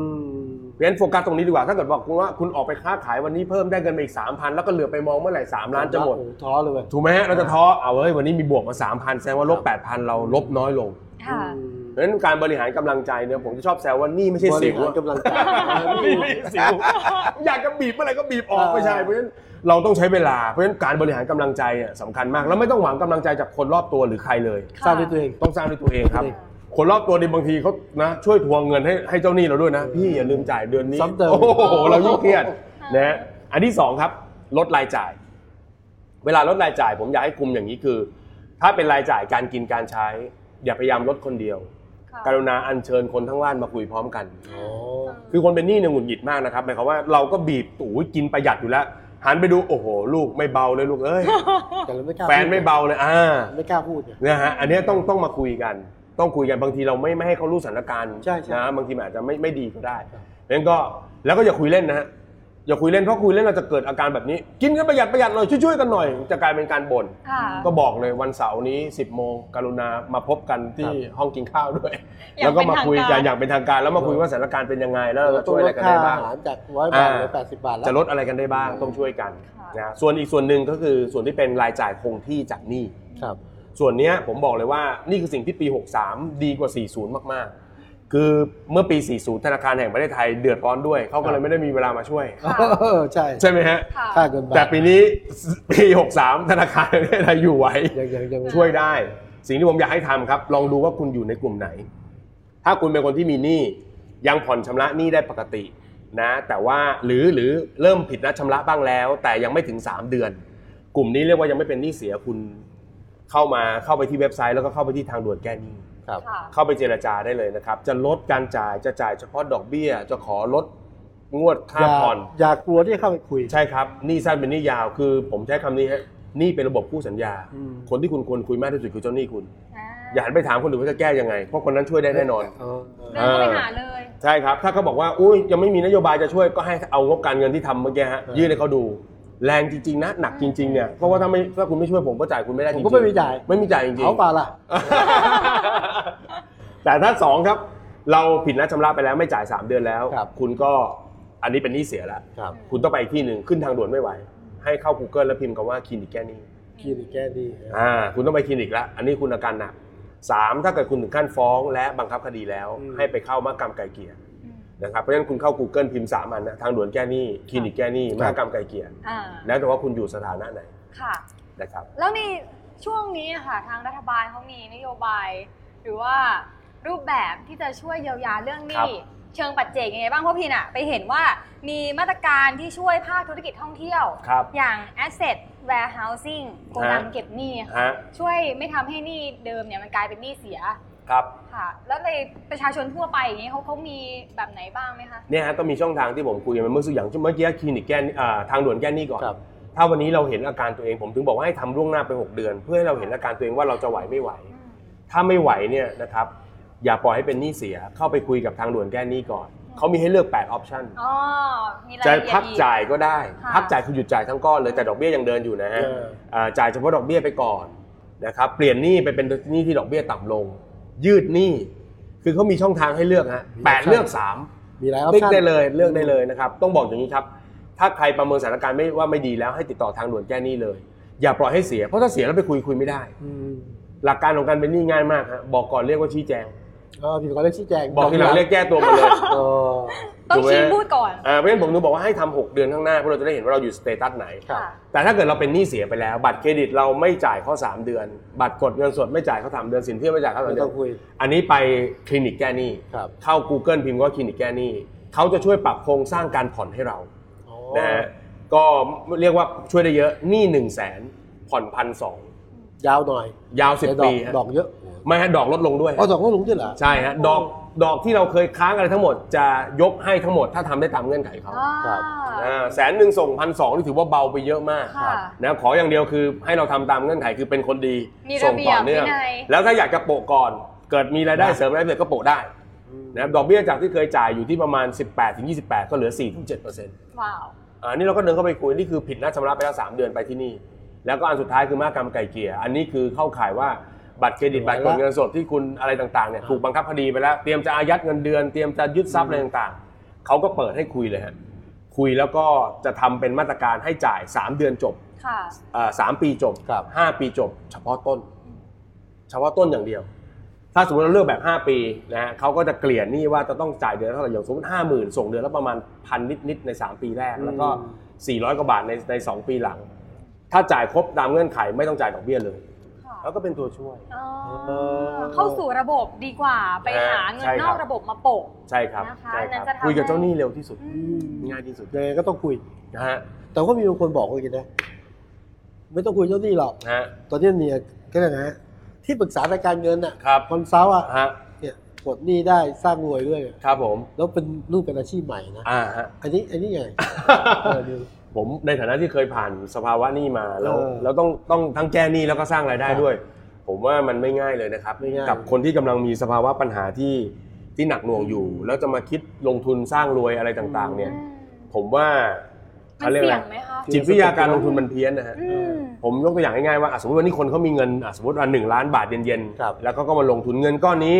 ม เพราะฉะนั้นโฟกัสตรงนี้ดีกว่า ถ้าเกิดบอกคุณว่าคุณออกไปค้าขายวันนี้เพิ่มได้เงินไปอีก 3,000 แล้วก็เหลือไปมองเมื่อไหร่ 3 ล้านจะหมด โอ้โท้อเลยเว้ย ถูกไหมฮะเราจะท้อเอาเฮ้ยวันนี้มีบวกมา 3,000 แสดงว่าลบ 8,000 เราลบน้อยลง ค่ะ อืม เพราะฉะนั้นการบริหารกำลังใจเนี่ยผมจะชอบแซวว่านี่ไม่ใช่ บ สิ ริ ว หาร อะ กำลังใจ ไม่มีสิวอยากจะบีบเมื่อไหรก็บีบออกไม่ใช่เพราะฉะนั้นเราต้องใช้เวลาเพราะฉะนั้นการบริหารกำลังใจเนี่ยสำคัญมาก แล้วไม่ต้องหวังกำลังใจจากคนรอบตัวหรือใครเลย สร้างด้วยตัวเอง ต้องสร้างด้วยตัวเองครับ จริง คนรอบตัวในบางทีเขานะ ช่วยทวงเงินให้ให้เจ้าหนี้เราด้วยนะ พี่อย่าลืมจ่ายเดือนนี้ ซ้ำเติม โอ้โหเรายิ่งเครี ยดนะฮะอันที่สองครับ ลดรายจ่าย เวลาลดรายจ่ายผมอยากให้คุมอย่างนี้คือ ถ้าเป็นรายจ่ายการกินการใช้ อย่าพยายามลดคนเดียว ค่ะ กรุณาอัญเชิญคนทั้งบ้านมาคุยพร้อมกัน อ๋อ คือคนเป็นหนี้เนี่ยหงุดหงิดมากนะครับหมายความว่าเราก็บีบตู่กินประหยัดอยู่แล้ว หันไปดูโอ้โห ลูกไม่เบาเลยลูกเอ้ย แต่เราไม่กล้า แฟนไม่เบาเลยอ่า ไม่กล้าพูดเนี่ย เนี่ยฮะอันเนี้ยต้องต้องมาคุยกัน ต้องคุยกันบางทีเราไม่ไม่ให้เขารู้สถานการณ์ ใช่ใช่ นะบางทีมันอาจจะไม่ไม่ดีก็ได้ ครับ งั้นก็แล้วก็อย่าคุยเล่นนะฮะอย่าคุยเล่นเพราะคุยเล่นเราจะเกิดอาการแบบนี้ กินกันประหยัดประหยัดหน่อยช่วยๆกันหน่อยจะกลายเป็นการบ่น ค่ะ ก็บอกเลยวันเสาร์นี้ 10 โมงกรุณามาพบกันที่ห้องกินข้าวด้วย อย่ง แล้วก็มา เป็นทง คุย ร กันอย่างเป็นทางการแล้วมาคุยว่าสถานการณ์เป็นยังไงแล้วเราจะช่วยอะไรกันได้บ้าง ต้ลค่อาหารจากร้อยบาทเหลือแปดสิบบาทแล้ว จะลดอะไรกันได้บ้างต้องช่วยกัน ค่ะ นะส่วนอีกส่วนหนึ่งก็คือส่วนที่เป็นรายจ่ายคงที่จากหนี้ ครับ ส่วนเนี้ยผมบอกเลยว่านี่คือสิ่งที่ปี 63 ดีกว่า 40 มากๆ คือเมื่อปี 40 ธนาคารแห่งประเทศไทยเดือดร้อนด้วยเขาก็เลยไม่ได้มีเวลามาช่วย ค่ะ เออใช่ ใช่ไหมฮะ ค่ะ ค่าเงินบาท แต่ปีนี้ ปี 63 ธนาคารแห่งประเทศไทยอยู่ไหว ยังยังยัง ช่วยได้ สิ่งที่ผมอยากให้ทำครับ ลองดูว่าคุณอยู่ในกลุ่มไหน ถ้าคุณเป็นคนที่มีหนี้ยังผ่อนชำระหนี้ได้ปกตินะ แต่ว่าหรือหรือเริ่มผิดนัดชำระบ้างแล้ว แต่ยังไม่ถึง 3 เดือน กลุ่มนี้เรียกว่ายังไม่เป็นหนี้เสียคุณเข้ามาเข้าไปที่เว็บไซต์แล้วก็เข้าไปที่ทางด่วนแก้หนี้ ค่ะ เข้าไปเจรจาได้เลยนะครับ จะลดการจ่ายจะจ่ายเฉพาะดอกเบี้ย จะขอลดงวดค่าผ่อน อย่ากลัวที่จะเข้าไปคุย ใช่ครับหนี้สั้นเป็นหนี้ยาวคือผมใช้คำนี้ฮะหนี้เป็นระบบคู่สัญญา อืม คนที่คุณควรคุยมากที่สุดคือเจ้าหนี้คุณ อย่าหันไปถามคนอื่นว่าจะแก้ยังไง เพราะคนนั้นช่วยได้แน่นอน เออ เดินเข้าไปหาเลย ใช่ครับ ถ้าเขาบอกว่า อุ้ยยังไม่มีนโยบายจะช่วยก็ให้เอางบการเงินที่ทำเมื่อกี้ฮะ ยื่นให้เขาดู แรงจริง ๆ นะ หนักจริง ๆ เนี่ย เพราะว่าถ้าไม่ถ้าคุณไม่ช่วยผมก็จ่ายคุณไม่ได้จ ผ ริ ม งๆ ก็ไม่มีจ่าย ไม่มีจ่ายจริงๆ เขาเปล่าล่ะ แต่ถ้าสองครับ เราผิดนัดชำระไปแล้วไม่จ่าย 3 เดือนแล้ว ครับ คุณก็อันนี้เป็นหนี้เสียแล้ว ครับ คุณต้องไปอีกที่หนึ่งขึ้นทางด่วนไม่ไหว ให้เข้า Google แล้วพิมพ์คำว่าคลินิกแก้หนี้ กินแก้ดีนะ อ่าคุณต้องไปคลินิกละอันนี้คุณอาการหนักสามถ้าเกิดคุณถึงขั้นฟ้องและบังคับคดีแล้ว อืม ให้ไปเข้ามากรรมไกลเกลี่ยนะครับเพราะฉะนั้นคุณเข้า Google พิมพ์สามอันนะทางด่วนแก้หนี้คลินิกแก้หนี้มากรรมไกลเกลี่ย อ่า แล้วแต่ว่าคุณอยู่สถานะไหน ค่ะ นะครับ แล้วในช่วงนี้อะค่ะ ทางรัฐบาลเขามีนโยบาย หรือว่ารูปแบบที่จะช่วยเยียวยาเรื่องห ครั นี้ บ เชิงปัจเจกยังไงบ้างเพราะพี่น่ะ ไปเห็นว่ามีมาตรการที่ช่วยภาคธุรกิจท่องเที่ยว ครับ อย่าง asset warehousing โกดังเก็บหนี้ค่ะ ฮะ ช่วยไม่ทำให้หนี้เดิมเนี่ยมันกลายเป็นหนี้เสีย ครับ ค่ะ แล้วในประชาชนทั่วไปอย่างนี้เขาเขามีแบบไหนบ้างไหมคะ เนี่ยฮะก็มีช่องทางที่ผมคุยกันไปเมื่อสักอย่างเช่นเมื่อกี้คลินิกแก้หนี้อ่าทางด่วนแก้หนี้ก่อน ครับ ถ้าวันนี้เราเห็นอาการตัวเองผมถึงบอกว่าให้ทำล่วงหน้าไปหกเดือน เพื่อให้เราเห็นอาการตัวเองว่าเราจะไหวไม่ไหว ถ้าไม่ไหวเนี่ยนะครับอย่าปล่อยให้เป็นหนี้เสียเข้าไปคุยกับทางด่วนแก้หนี้ก่อนเขามีให้เลือก8ออปชั่น อ๋อ มีราย จะ ละเอียดอีก พักจ่ายก็ได้ ค่ะ พักจ่ายคือหยุดจ่ายทั้งก้อนเลยแต่ดอกเบี้ยยังเดินอยู่นะฮะ เออ าจ่ายเฉพาะดอกเบี้ยไปก่อนนะครับเปลี่ยนหนี้ไปเป็นหนี้ที่ดอกเบี้ยต่ำลง ยืดหนี้คือเขามีช่องทางให้เลือกฮะแปด มี เลือกสาม มีหลายออป ติ๊ก ชั่น ได้เลยเลือกได้เลยนะครับต้องบอกอย่างนี้ครับ ถ้าใครประเมินสถานการณ์ไม่ว่าไม่ดีแล้วให้ติดต่อทางด่วนแก้หนี้เลย อย่าปล่อยให้เสียเพราะถ้าเสียแล้วไปคุยคุยไม่ได้ อืม หลักการของการเป็นหนี้ง่ายมากฮะบอกก่อนเรียกว่าชี้แจง เออผิดขอเรียกชี้แจง บอกทีหลังเรียกแก้ตัวมาเลย เออ ต้องชี้ ถูกไหม พูดก่อน เอ่อเพราะฉะนั้นผมถึงบอกว่าให้ทำหกเดือนข้างหน้าเพื่อเราจะได้เห็นว่าเราอยู่สเตตัสไหน ครับ ค่ะ แต่ถ้าเกิดเราเป็นหนี้เสียไปแล้ว บัตรเครดิตเราไม่จ่ายเขา3เดือน บัตรกดเงินสดไม่จ่ายเขาสามเดือนสินเชื่อไม่จ่ายเขาสาม ไม่ เดื ต้ อ อน งคุย อันนี้ไปคลินิกแก้หนี้ ครับ เข้า Google พิมพ์ว่าคลินิกแก้หนี้เขาจะช่วยปรับโครงสร้างการผ่อนให้เรา อ๋อ นะฮะก็เรียกว่าช่วยได้เยอะหนี้หนึ่งแสนผ่อนพันสอง ยาวหน่อย ยาวสิบ แต่ดอ ปี ก ฮะ ดอกเยอะ ไม่ฮะดอกลดลงด้วย อ๋อดอกก็ลงด้วยเหรอ ใช่ฮะดอกดอกที่เราเคยค้างอะไรทั้งหมดจะยกให้ทั้งหมดถ้าทำได้ตามเงื่อนไขเขา ครับ อ่าแสนหนึ่งส่งพันสองนี่ถือว่าเบาไปเยอะมาก ค่ะ นะขออย่างเดียวคือให้เราทำตามเงื่อนไขคือเป็นคนดี มี ส่ ระ ง เบียบ ต่อเนื่อง วินัย แล้วถ้าอยากจะโปะก่อน เกิดมีรายได้เสริมรายได้เสริมก็โปะได้ อืม นะครับดอกเบี้ยจากที่เคยจ่ายอยู่ที่ประมาณ 18-28 ก็เหลือ 4-7% ว้าว อ่านี่เราก็เดินเข้าไปคุย นี่คือผิดนัดชำระไปแล้ว 3 เดือนไปที่นี่ แล้วก็อันสุดท้ายคือมากรรมไก่เกลี่ยอันนี้คือเข้าข่ายว่าบัตรเครดิตบัตรกดเงินสดที่คุณอะไรต่างๆเนี่ยถูกบังคับคดีไปแล้ว เตรียมจะอายัดเงินเดือนเตรียมจะยึดทรัพย์อะไรต่างๆเขาก็เปิดให้คุยเลยฮะคุยแล้วก็จะทำเป็นมาตรการให้จ่าย 3 เดือนจบ ค่ะ เอ่อสามปีจบ ครับ ห้าปีจบ เฉพาะต้น เฉพาะต้นอย่างเดียว ถ้าสมมติเราเลือกแบบ 5 ปีนะฮะเขาก็จะเกลี่ยหนี้ว่าจะต้องจ่ายเดือนเท่าไหร่อย่างสมมติห้าหมื่นส่งเดือนละประมาณพันนิดๆใน 3 ปีแรก แล้วก็ อืม 400 กว่าบาทในในสองปีหลัง ถ้าจ่ายครบตามเงื่อนไขไม่ต้องจ่ายดอกเบี้ยเลย ค่ะ แล้วก็เป็นตัวช่วย อ๋อเข้าสู่ระบบดีกว่าไปหาเงิน ใช่ น ครั อบ กระบบมาโปะ ใช่ครับ นะคะ ใช่ นั่ คน รับ จะทำ คุยกับเจ้าหนี้ ให้ เร็วที่สุด อืม ง่ายที่สุด ยังไงก็ต้องคุย นะฮะ แต่ก็มีบางคนบอกว่าอย่างนี้นะ ไม่ต้องคุยเจ้าหนี้หรอก นะฮะ ตอนนี้เนี่ยก็ได้นะฮะที่ปรึกษาทางการเงินน่ะ ครับ คอนซัลท์อ่ะ ฮะ เนี่ยปลดหนี้ได้สร้างรวยด้วยเนี่ย ครับผม แล้วเป็นลูกเป็นอาชีพใหม่นะ อ่าฮะ อันนี้อันนี้ไงเออดู ผมในฐานะที่เคยผ่านสภาวะหนี้มาแล้ว เออ แล้วต้องต้องทั้งแก้หนี้แล้วก็สร้างรายได้ ครับ ด้วย ผมว่ามันไม่ง่ายเลยนะครับ ไม่ง่าย กับคนที่กำลังมีสภาวะปัญหาที่ที่หนักหน่วงอยู่ แล้วจะมาคิดลงทุนสร้างรวยอะไรต่างๆ เนี่ย อืม ผมว่า มั ขาน รีก เสี่ อะ ย ไรง ไหมคะ จิตวิทยาการลงทุนมันเพี้ยนนะฮะ อืม ผมยกตัวอย่างง่ายๆว่าอ่ะสมมติวันนี้คนเขามีเงินอ่ะสมมติวันหนึ่งล้านบาทเย็น ครับ ๆแล้วเขาก็มาลงทุนเงินก้อนนี้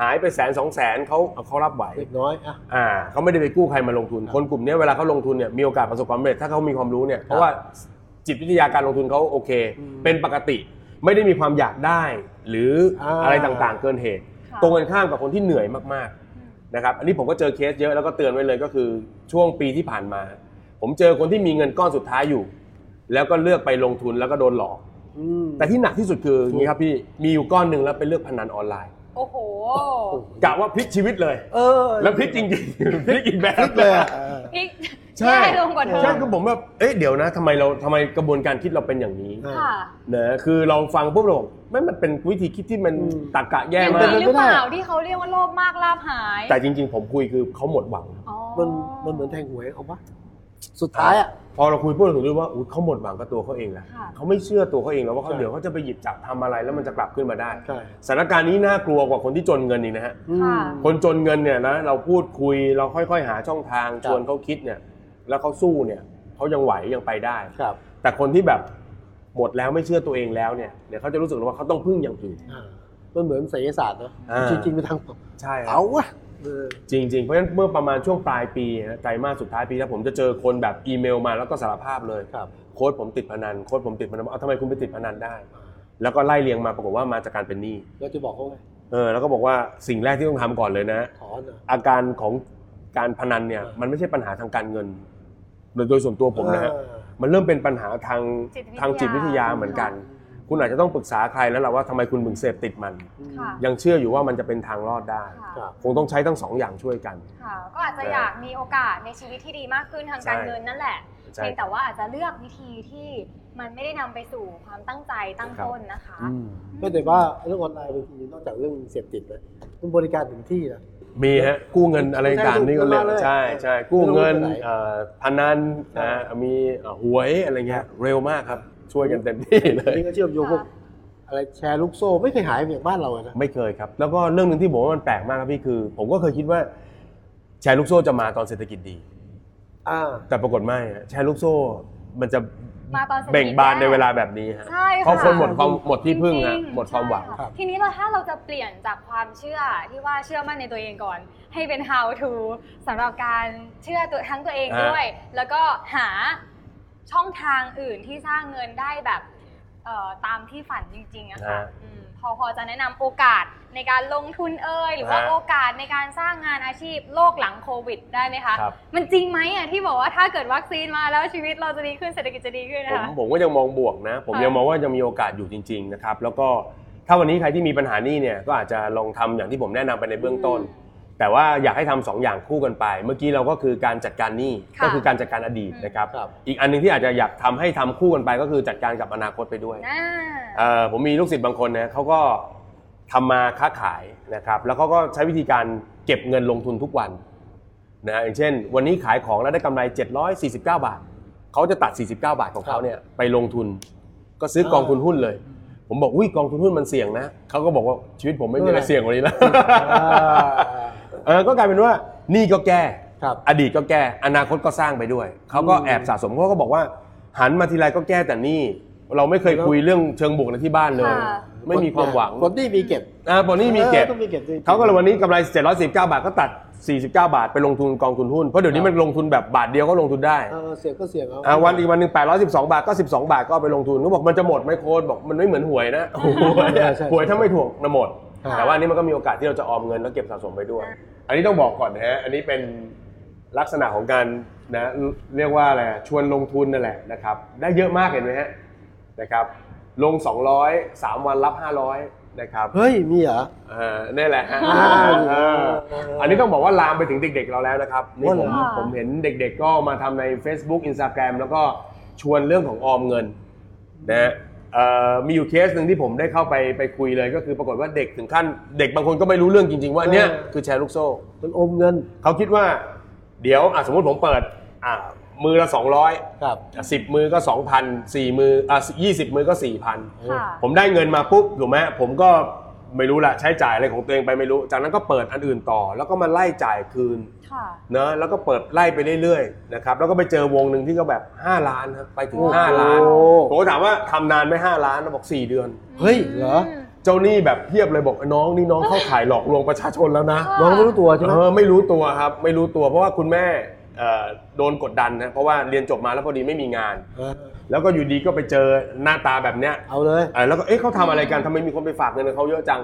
หายไปแสนสองแสนเขาเขารับไหว เล็กน้อยอ่ะ อ่าเขาไม่ได้ไปกู้ใครมาลงทุน คนกลุ่มเนี้ยเวลาเขาลงทุนเนี่ยมีโอกาสประสบความสำเร็จถ้าเขามีความรู้เนี่ยเพราะว่าจิตวิทยาการลงทุนเขาโอเค อืม เป็นปกติ ไม่ได้มีความอยากได้ หรืออา อะไรต่างๆ เกินเหตุ ค่ะ ตรงกันข้ามกับคนที่เหนื่อยมากๆนะครับอันนี้ผมก็เจอเคสเยอะแล้วก็เตือนไว้เลยก็คือช่วงปีที่ผ่านมา ผมเจอคนที่มีเงินก้อนสุดท้ายอยู่ แล้วก็เลือกไปลงทุนแล้วก็โดนหลอก อืม แต่ที่หนักที่สุดคืออย่างนี้ครับพี่มีอยู่ก้อนหนึ่งแล้วไปเลือกพนันออนไลน์ โอ้โห กะว่าพลิกชีวิตเลย เออ แล้วพลิกจริงๆ พลิกอีกแบบ พลิกเลยอะเออ พลิก ใช่ แย่ลงกว่าเดิ ใช่ ม คือผมแบบ เอ๊ะ เดี๋ยวนะทำไมเราทำไมกระบวนการคิดเราเป็นอย่างนี้ อ่า ค่ะ เนอะคือเราฟังปุ๊บเราบอกไม่มันเป็นวิธีคิดที่มัน อืม ตรรกะแย่ อย่าง มา เป็ ก นไปนี้ห ไม่ รือ ได้ เปล่าที่เขาเรียกว่าโลภมากลาภหาย แต่จริง ๆ ผมคุยคือเขาหมดหวัง อ๋อ มันมันเหมือนแทงหวยเอาปะสุดท้ายอ่ะ พอเราคุยปุ๊บเราถึงรู้ว่าอุ๊ยเขาหมดหวังกับตัวเขาเองแหละ ค่ะ เขาไม่เชื่อตัวเขาเองแล้วว่าเขา ใช่ เดี๋ยวเขาจะไปหยิบจับทำอะไรแล้วมันจะกลับขึ้นมาได้ ใช่ สถานการณ์นี้น่ากลัวกว่าคนที่จนเงินอีกนะฮะ อืม คนจนเงินเนี่ยนะเราพูดคุยเราค่อยๆ หาช่องทาง ครั ช บ วนเขาคิดเนี่ย แล้วเขาสู้เนี่ยเขายังไหวยังไปได้ ครับ แต่คนที่แบบหมดแล้วไม่เชื่อตัวเองแล้วเนี่ยเดี๋ยวเขาจะรู้สึกว่าเขาต้องพึ่งอย่างอื่น อ่ามันเหมือนไสยศาสตร์นะ อ่า จริงๆไปทาง ใช่ เอาวะเออ จริง ๆ เพราะฉะนั้นเมื่อประมาณช่วงปลายปีนะไตรมาสสุดท้ายปีแล้วผมจะเจอคนแบบอีเมลมาแล้วก็สารภาพเลย ครับ โค้ดผมติดพนันโค้ดผมติดพนันเอาทำไมคุณไปติดพนันได้ แล้วก็ไล่เรียงมาปรากฏว่ามาจากการเป็นหนี้ เราจะบอกเขาไง เออแล้วก็บอกว่าสิ่งแรกที่ต้องทำก่อนเลยนะ ถอนอ่ะ อาการของการพนันเนี่ยมันไม่ใช่ปัญหาทางการเงิน โดยโดยส่วนตัวผมนะฮะมันเริ่มเป็นปัญหาทาง จิตวิทยา ทางจิตวิทยาเหมือนกัน คุณอาจจะต้องปรึกษาใครแล้วล่ะว่าทำไมคุณถึงเสพติดมัน ค่ะ ยังเชื่ออยู่ว่ามันจะเป็นทางรอดได้ ครับ คงต้องใช้ทั้งสองอย่างช่วยกัน ค่ะ ก็อาจจะอยากมีโอกาสในชีวิตที่ดีมากขึ้นทางการ ใช่ เงินนั่นแหละ ใช่ เพียงแต่ว่าอาจจะเลือกวิธีที่มันไม่ได้นำไปสู่ความตั้งใจตั้งต้นนะคะ อืม ไม่แต่ว่าเรื่องออนไลน์บางทีนอกจากเรื่องเสพติดนะมันบริการถึงที่นะ มีฮะกู้เงินอะไรต่างๆนี่ก็เร็ว ใช่ ใช่ใช่ ไม่ต้อง กู้เงิน ไปไหน เอ่อพนัน ใช่ นะมีเอ่อหวยอะไรเงี้ยเร็วมากครับช่วยกันเต็มที่เลย นี่ก็เชื่อมโยงพวก ค่ะ อะไรแชร์ลูกโซ่ไม่เคยหายไปจากบ้านเราอะนะ ไม่เคยครับ แล้วก็เรื่องหนึ่งที่ผมว่ามันแปลกมากครับพี่คือ ผมก็เคยคิดว่าแชร์ลูกโซ่จะมาตอนเศรษฐกิจดี อ่า แต่ปรากฏไม่ฮะแชร์ลูกโซ่มันจะ มาตอนศรษฐกิจ เบ่งบานใน แรก เวลาแบบนี้ฮะ ใช่ค่ะ เพราะคนหมดความหมดที่พึ่งฮะ จริๆ หมดความหวัง ใช่ ครับ ทีนี้เราถ้าเราจะเปลี่ยนจากความเชื่อที่ว่าเชื่อมั่นในตัวเองก่อน ให้เป็น how to สำหรับการเชื่อตัวทั้งตัวเอง อ่า ด้วย แล้วก็หาช่องทางอื่นที่สร้างเงินได้แบบเอ่อตามที่ฝันจริงๆอะค่ะอืมพอพอจะแนะนำโอกาสในการลงทุนเอ่ยหรือว่าโอกาสในการสร้างงานอาชีพโลกหลังโควิดได้ไหมคะ ครับ มันจริงไหมอะที่บอกว่าถ้าเกิดวัคซีนมาแล้วชีวิตเราจะดีขึ้นเศรษฐกิจจะดีขึ้น ผ นะ ม คะ ผมก็ยังมองบวกนะ ผม ค่ะ ยังมองว่ายังมีโอกาสอยู่จริง ๆ นะครับ แล้วก็ถ้าวันนี้ใครที่มีปัญหานี่เนี่ยก็อาจจะลองทำอย่างที่ผมแนะนำไปในเบื้องต้น แต่ว่าอยากให้ทำสองอย่างคู่กันไป เมื่อกี้เราก็คือการจัดการหนี้ ค่ะ ก็คือการจัดการอดีต อืม นะครับ ครับ อีกอันหนึงที่อาจจะอยากทำให้ทำคู่กันไป ก็คือจัดการกับอนาคตไปด้วย อ่า เอ่อผมมีลูกศิษย์บางคนนะเขาก็ทำมาค้าขายนะครับ แล้วเขาก็ใช้วิธีการเก็บเงินลงทุนทุกวันนะฮะอย่างเช่น วันนี้ขายของแล้วได้กำไร 749 บาทเขาจะตัด 49 บาทของเขาเนี่ยไปลงทุน ก็ซื้อกองทุนหุ้นเลย ผมบอกอุ้ยกองทุนหุ้นมันเสี่ยงนะเขาก็บอกว่าชีวิตผมไม่มีอะไรเสี่ยงกว่านี้แล้ว อ่า เออก็กลายเป็นว่าหนี่ก็แก้ ครับ อดีตก็แก้ อนาคตก็สร้างไปด้วย เขาก็ อืม แอบสะสมเขาก็บอกว่า หันมาทีไรก็แก้แต่หนี่ เราไม่เคยคุยเรื่องเชิงบวกในที่บ้านเลย ค่ะ ไม่มีความหวัง คนที่มีเก็บ อ่าปอนนี่มีเก็อบอต้องมีเก็บจริงๆ เขาก็เลยวันนี้กำไร 719 บาทก็ตัด 49 บาทไปลงทุนกองทุนหุ้น เพราะเดี๋ยวคนี้รับ มันลงทุนแบบบาทเดียวก็ลงทุนได้ เออเสียงก็เสียงเอา อ่าวันอีกวันหนึ่ง812 บาทก็ 12 บาทก็เอาไปลงทุนเขาบอกมันจะหมดไหมโค้ดบอกมันไม่เหมือนหวยนะโอ้โหหวยถ้าไม่ถูกนะหมด ครับ แต่ว่าอันนี้มันก็มีโอกาสที่เราจะออมเงินแล้วเก็บสะสมไปด้วย อ่ะ อันนี้ต้องบอกก่อนนะฮะ อันนี้เป็นลักษณะของการนะเรียกว่าอะไรชวนลงทุนนั่นแหละนะครับ ได้เยอะมากเห็นไหมฮะนะครับ ลง 200 3 วันรับ 500นะครับ เฮ้ยมีเหรอ อ่านี่แหละฮะ อ่า อ่าอันนี้ต้องบอกว่าลามไปถึงเด็กๆเราแล้วนะครับนี่ผม ว่าเหรอ ผมเห็นเด็กๆก็มาทำใน Facebook Instagram แล้วก็ชวนเรื่องของออมเงินนะฮะเอ่อมีอยู่เคสหนึ่งที่ผมได้เข้าไปไปคุยเลยก็คือปรากฏว่าเด็กถึงขั้น เด็กบางคนก็ไม่รู้เรื่องจริง ๆ ว่าเนี่ยคือแชร์ลูกโซ่ มันอมเงิน เขาคิดว่าเดี๋ยวอ่ะสมมติผมเปิดอ่ะมือละสองร้อย ครับ สิบมือก็สองพันสี่มืออ่ะยี่สิบมือก็สี่พัน ค่ะ ผมได้เงินมาปุ๊บถูกไหมผมก็ไม่รู้ละใช้จ่ายอะไรของตัวเองไปไม่รู้ จากนั้นก็เปิดอันอื่นต่อ แล้วก็มาไล่จ่ายคืน ค่ะ เนอะแล้วก็เปิดไล่ไปเรื่อยๆนะครับแล้วก็ไปเจอวงหนึ่งที่ก็แบบ 5 ล้านครับไปถึง โอ้โห 5 ล้านผมก็ถามว่าทำนานไหม5ล้านเราบอก 4 เดือน เฮ้ยเหรอ เจ้าหนี้แบบเพียบเลยบอกน้องนี่น้องเข้าขายหลอกลวงประชาชนแล้วนะ น้องไม่รู้ ตัวใช่ไหม เออไม่รู้ตัวครับไม่รู้ตัวเพราะว่าคุณแม่เอ่อโดนกดดันนะเพราะว่าเรียนจบมาแล้วพอดีไม่มีงาน เออ แล้วก็อยู่ดีก็ไปเจอหน้าตาแบบเนี้ย เอาเลย เออแล้วก็เอ๊ะเขาทำอะไรกันทำไมมีคนไปฝากเงินกับเขาเยอะจัง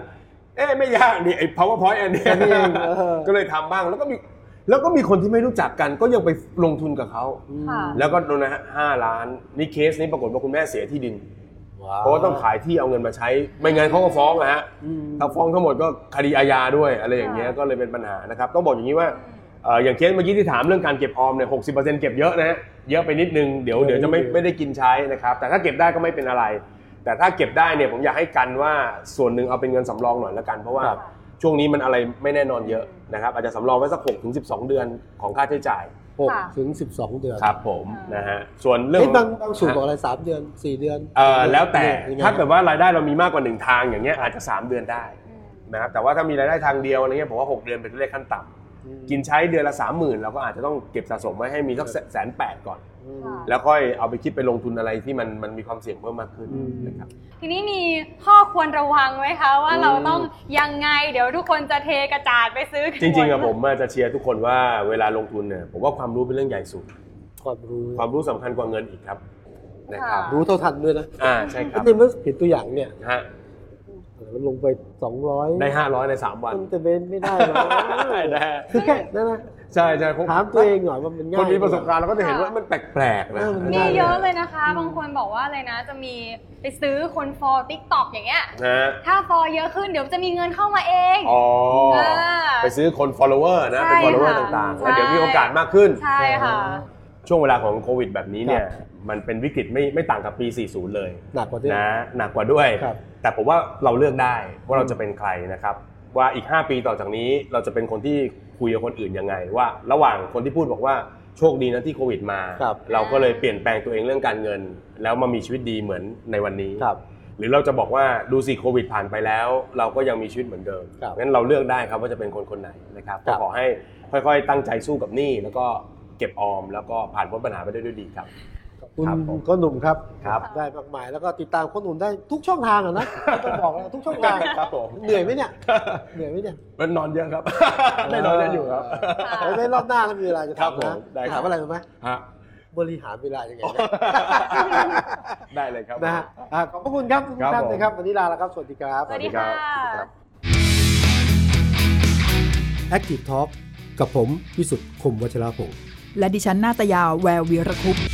เอ๊ะไม่ยากนี่ไอ้ powerpoint อันเนี้ย แค่นี้เองเออ ก็เลยทำบ้างแล้วก็มีแล้วก็มีคนที่ไม่รู้จักกันก็ยังไปลงทุนกับเขา อืม ค่ะ แล้วก็โดนนะฮะห้าล้านนี่เคสนี้ปรากฏว่าคุณแม่เสียที่ดิน ว้ว เพราะว่าต้องขายที่เอาเงินมาใช้ ไม่งั้นเขาก็ฟ้องนะฮะ อืม ถ้าฟ้องทั้งหมดก็คดีอาญาด้วยอะไรอย่างเงี้ยก็เลยเป็นปัญหานะครับต้องบอกอย่างนี้ว่า เอ่ออย่างเคสเมื่อกี้ที่ถามเรื่องการเก็บออมเนี่ยหกเก็บเยอะนะฮะเยอะไปนิดนึงเดี๋ยว เยอะ เดี๋ยวจะไม่ นิดนึง ไม่ได้กินใช้นะครับ แต่ถ้าเก็บได้ก็ไม่เป็นอะไร แต่ถ้าเก็บได้เนี่ยผมอยากให้กันว่าส่วนหนึ่งเอาเป็นเงินสำรองหน่อยละกัน เพราะว่า ครับ ช่วงนี้มันอะไรไม่แน่นอนเยอะนะครับอาจจะสำรองไว้สัก6ถึง12 เดือนของค่าใช้จ่าย หก ค่ะ ถึงสิบสองเดือน ครับผม อ่าน นะฮะส่วนเรื่อง เอ้ยบางบางสูตรบอกอะไรสามเดือนสี่เดือน เอ่อแล้วแต่ ยังไง ถ้าเกิดว่ารายได้เรามีมากกว่าหนึ่งทางอย่างเงี้ยอาจจะสามเดือนได้นะครับแต่ว่าถ้ามีรายได้ทางเดียวอะไรเงี้ยผมว่าหกเดือนเป็นเลขขั้นต่ำ อืม กินใช้เดือนละสามหมื่นเราก็อาจจะต้องเก็บสะสมไว้ให้มีสักแสนแปดก่อน อืม แล้วค่อยเอาไปคิดไปลงทุนอะไรที่มันมันมีความเสี่ยงเพิ่มมากขึ้น อืม นะครับ ทีนี้มีข้อควรระวังไหมคะ ว่า อืม เราต้องยังไงเดี๋ยวทุกคนจะเทกระจาดไปซื้อกัน จริงๆ ห อะ ด ผมอะจะเชียร์ทุกคนว่าเวลาลงทุนเนี่ยผมว่าความรู้เป็นเรื่องใหญ่สุด ความรู้ ความรู้สำคัญกว่าเงินอีกครับนะครับ รู้เท่าทันด้วยนะ อ่าใช่ครับ นี่มันเห็นตัวอย่างเนี่ย ฮะ มันลงไปสองร้อย ได้500ในสามวัน มันจะเป็นไม่ได้หรอ ได้ คือแค่นั่นนะ ใช่ใช่ผม ถามตัวเองหน่อยว่ามันง่าย คนมีประสบการณ์เราก็จะเห็น ค่ะ ว่ามันแปลกๆนะ เออมัน มี ง่า เยอะเลยนะคะ บางคนบอกว่าเลยนะ จะมีไปซื้อคนฟอลติ๊กตอกอย่างเงี้ย นะฮะ ถ้าฟอลเยอะขึ้นเดี๋ยวจะมีเงินเข้ามาเอง อ๋อ เออ ไปซื้อคน follower นะเป็น ใช่ follower ค่ะ ต่างๆ ใช่ แล้วเดี๋ยวมีโอกาสมากขึ้น ใช่ค่ะ ช่วงเวลาของโควิดแบบนี้เนี่ย ครับ มันเป็นวิกฤตไม่ไม่ต่างกับปี 40 เลย หนักกว่าที่ นะหนักกว่าด้วย ครับ แต่ผมว่าเราเลือกได้ว่าเราจะเป็นใครนะครับ ว่าอีก 5 ปีต่อจากนี้เราจะเป็นคนที่คุยกับคนอื่นยังไง ว่า ระหว่างคนที่พูดบอกว่าโชคดีนะที่โควิดมา ครับ เราก็เลยเปลี่ยนแปลงตัวเองเรื่องการเงิน แล้วมามีชีวิตดีเหมือนในวันนี้ ครับ หรือเราจะบอกว่าดูสิโควิดผ่านไปแล้ว เราก็ยังมีชีวิตเหมือนเดิม ครับ งั้นเราเลือกได้ครับว่าจะเป็นคนคนไหนนะครับ ครับ ก็ขอให้ค่อยๆ ตั้งใจสู้กับหนี้แล้วก็เก็บออม แล้วก็ผ่านพ้นปัญหาไปได้ด้วยดีครับ ขอบคุณ ครับผม ก็หนุ่มครับ ครับ ได้มากมายแล้วก็ติดตามคนหนุ่มได้ทุกช่องทางอะนะไม่ต้องบอกแล้วทุกช่องทาง ครับผม เหนื่อยไหมเนี่ยเหนื่อยไหมเนี่ย มันนอนเยอะครับ ได้นอนเยอะอยู่ครับ ไว้ไว้รอบหน้าถ้ามีเวลาจะ ครับ ทำ ผม นะ ได้คถารับมอะไรรู้ไหม ฮะ บริหารเวลายังไงนะ ได้เลยครับ นะฮะอ่ะขอบพระคุณครับทุก ครับ ท่าน ผม นะครับ วันนี้ลาแล้วครับ สวัสดีครับ สวัสดีค่ะ Active Talk กับผม วิสุทธ์คมวัชราภง และดิฉันนาตยาแวววีระคุปต์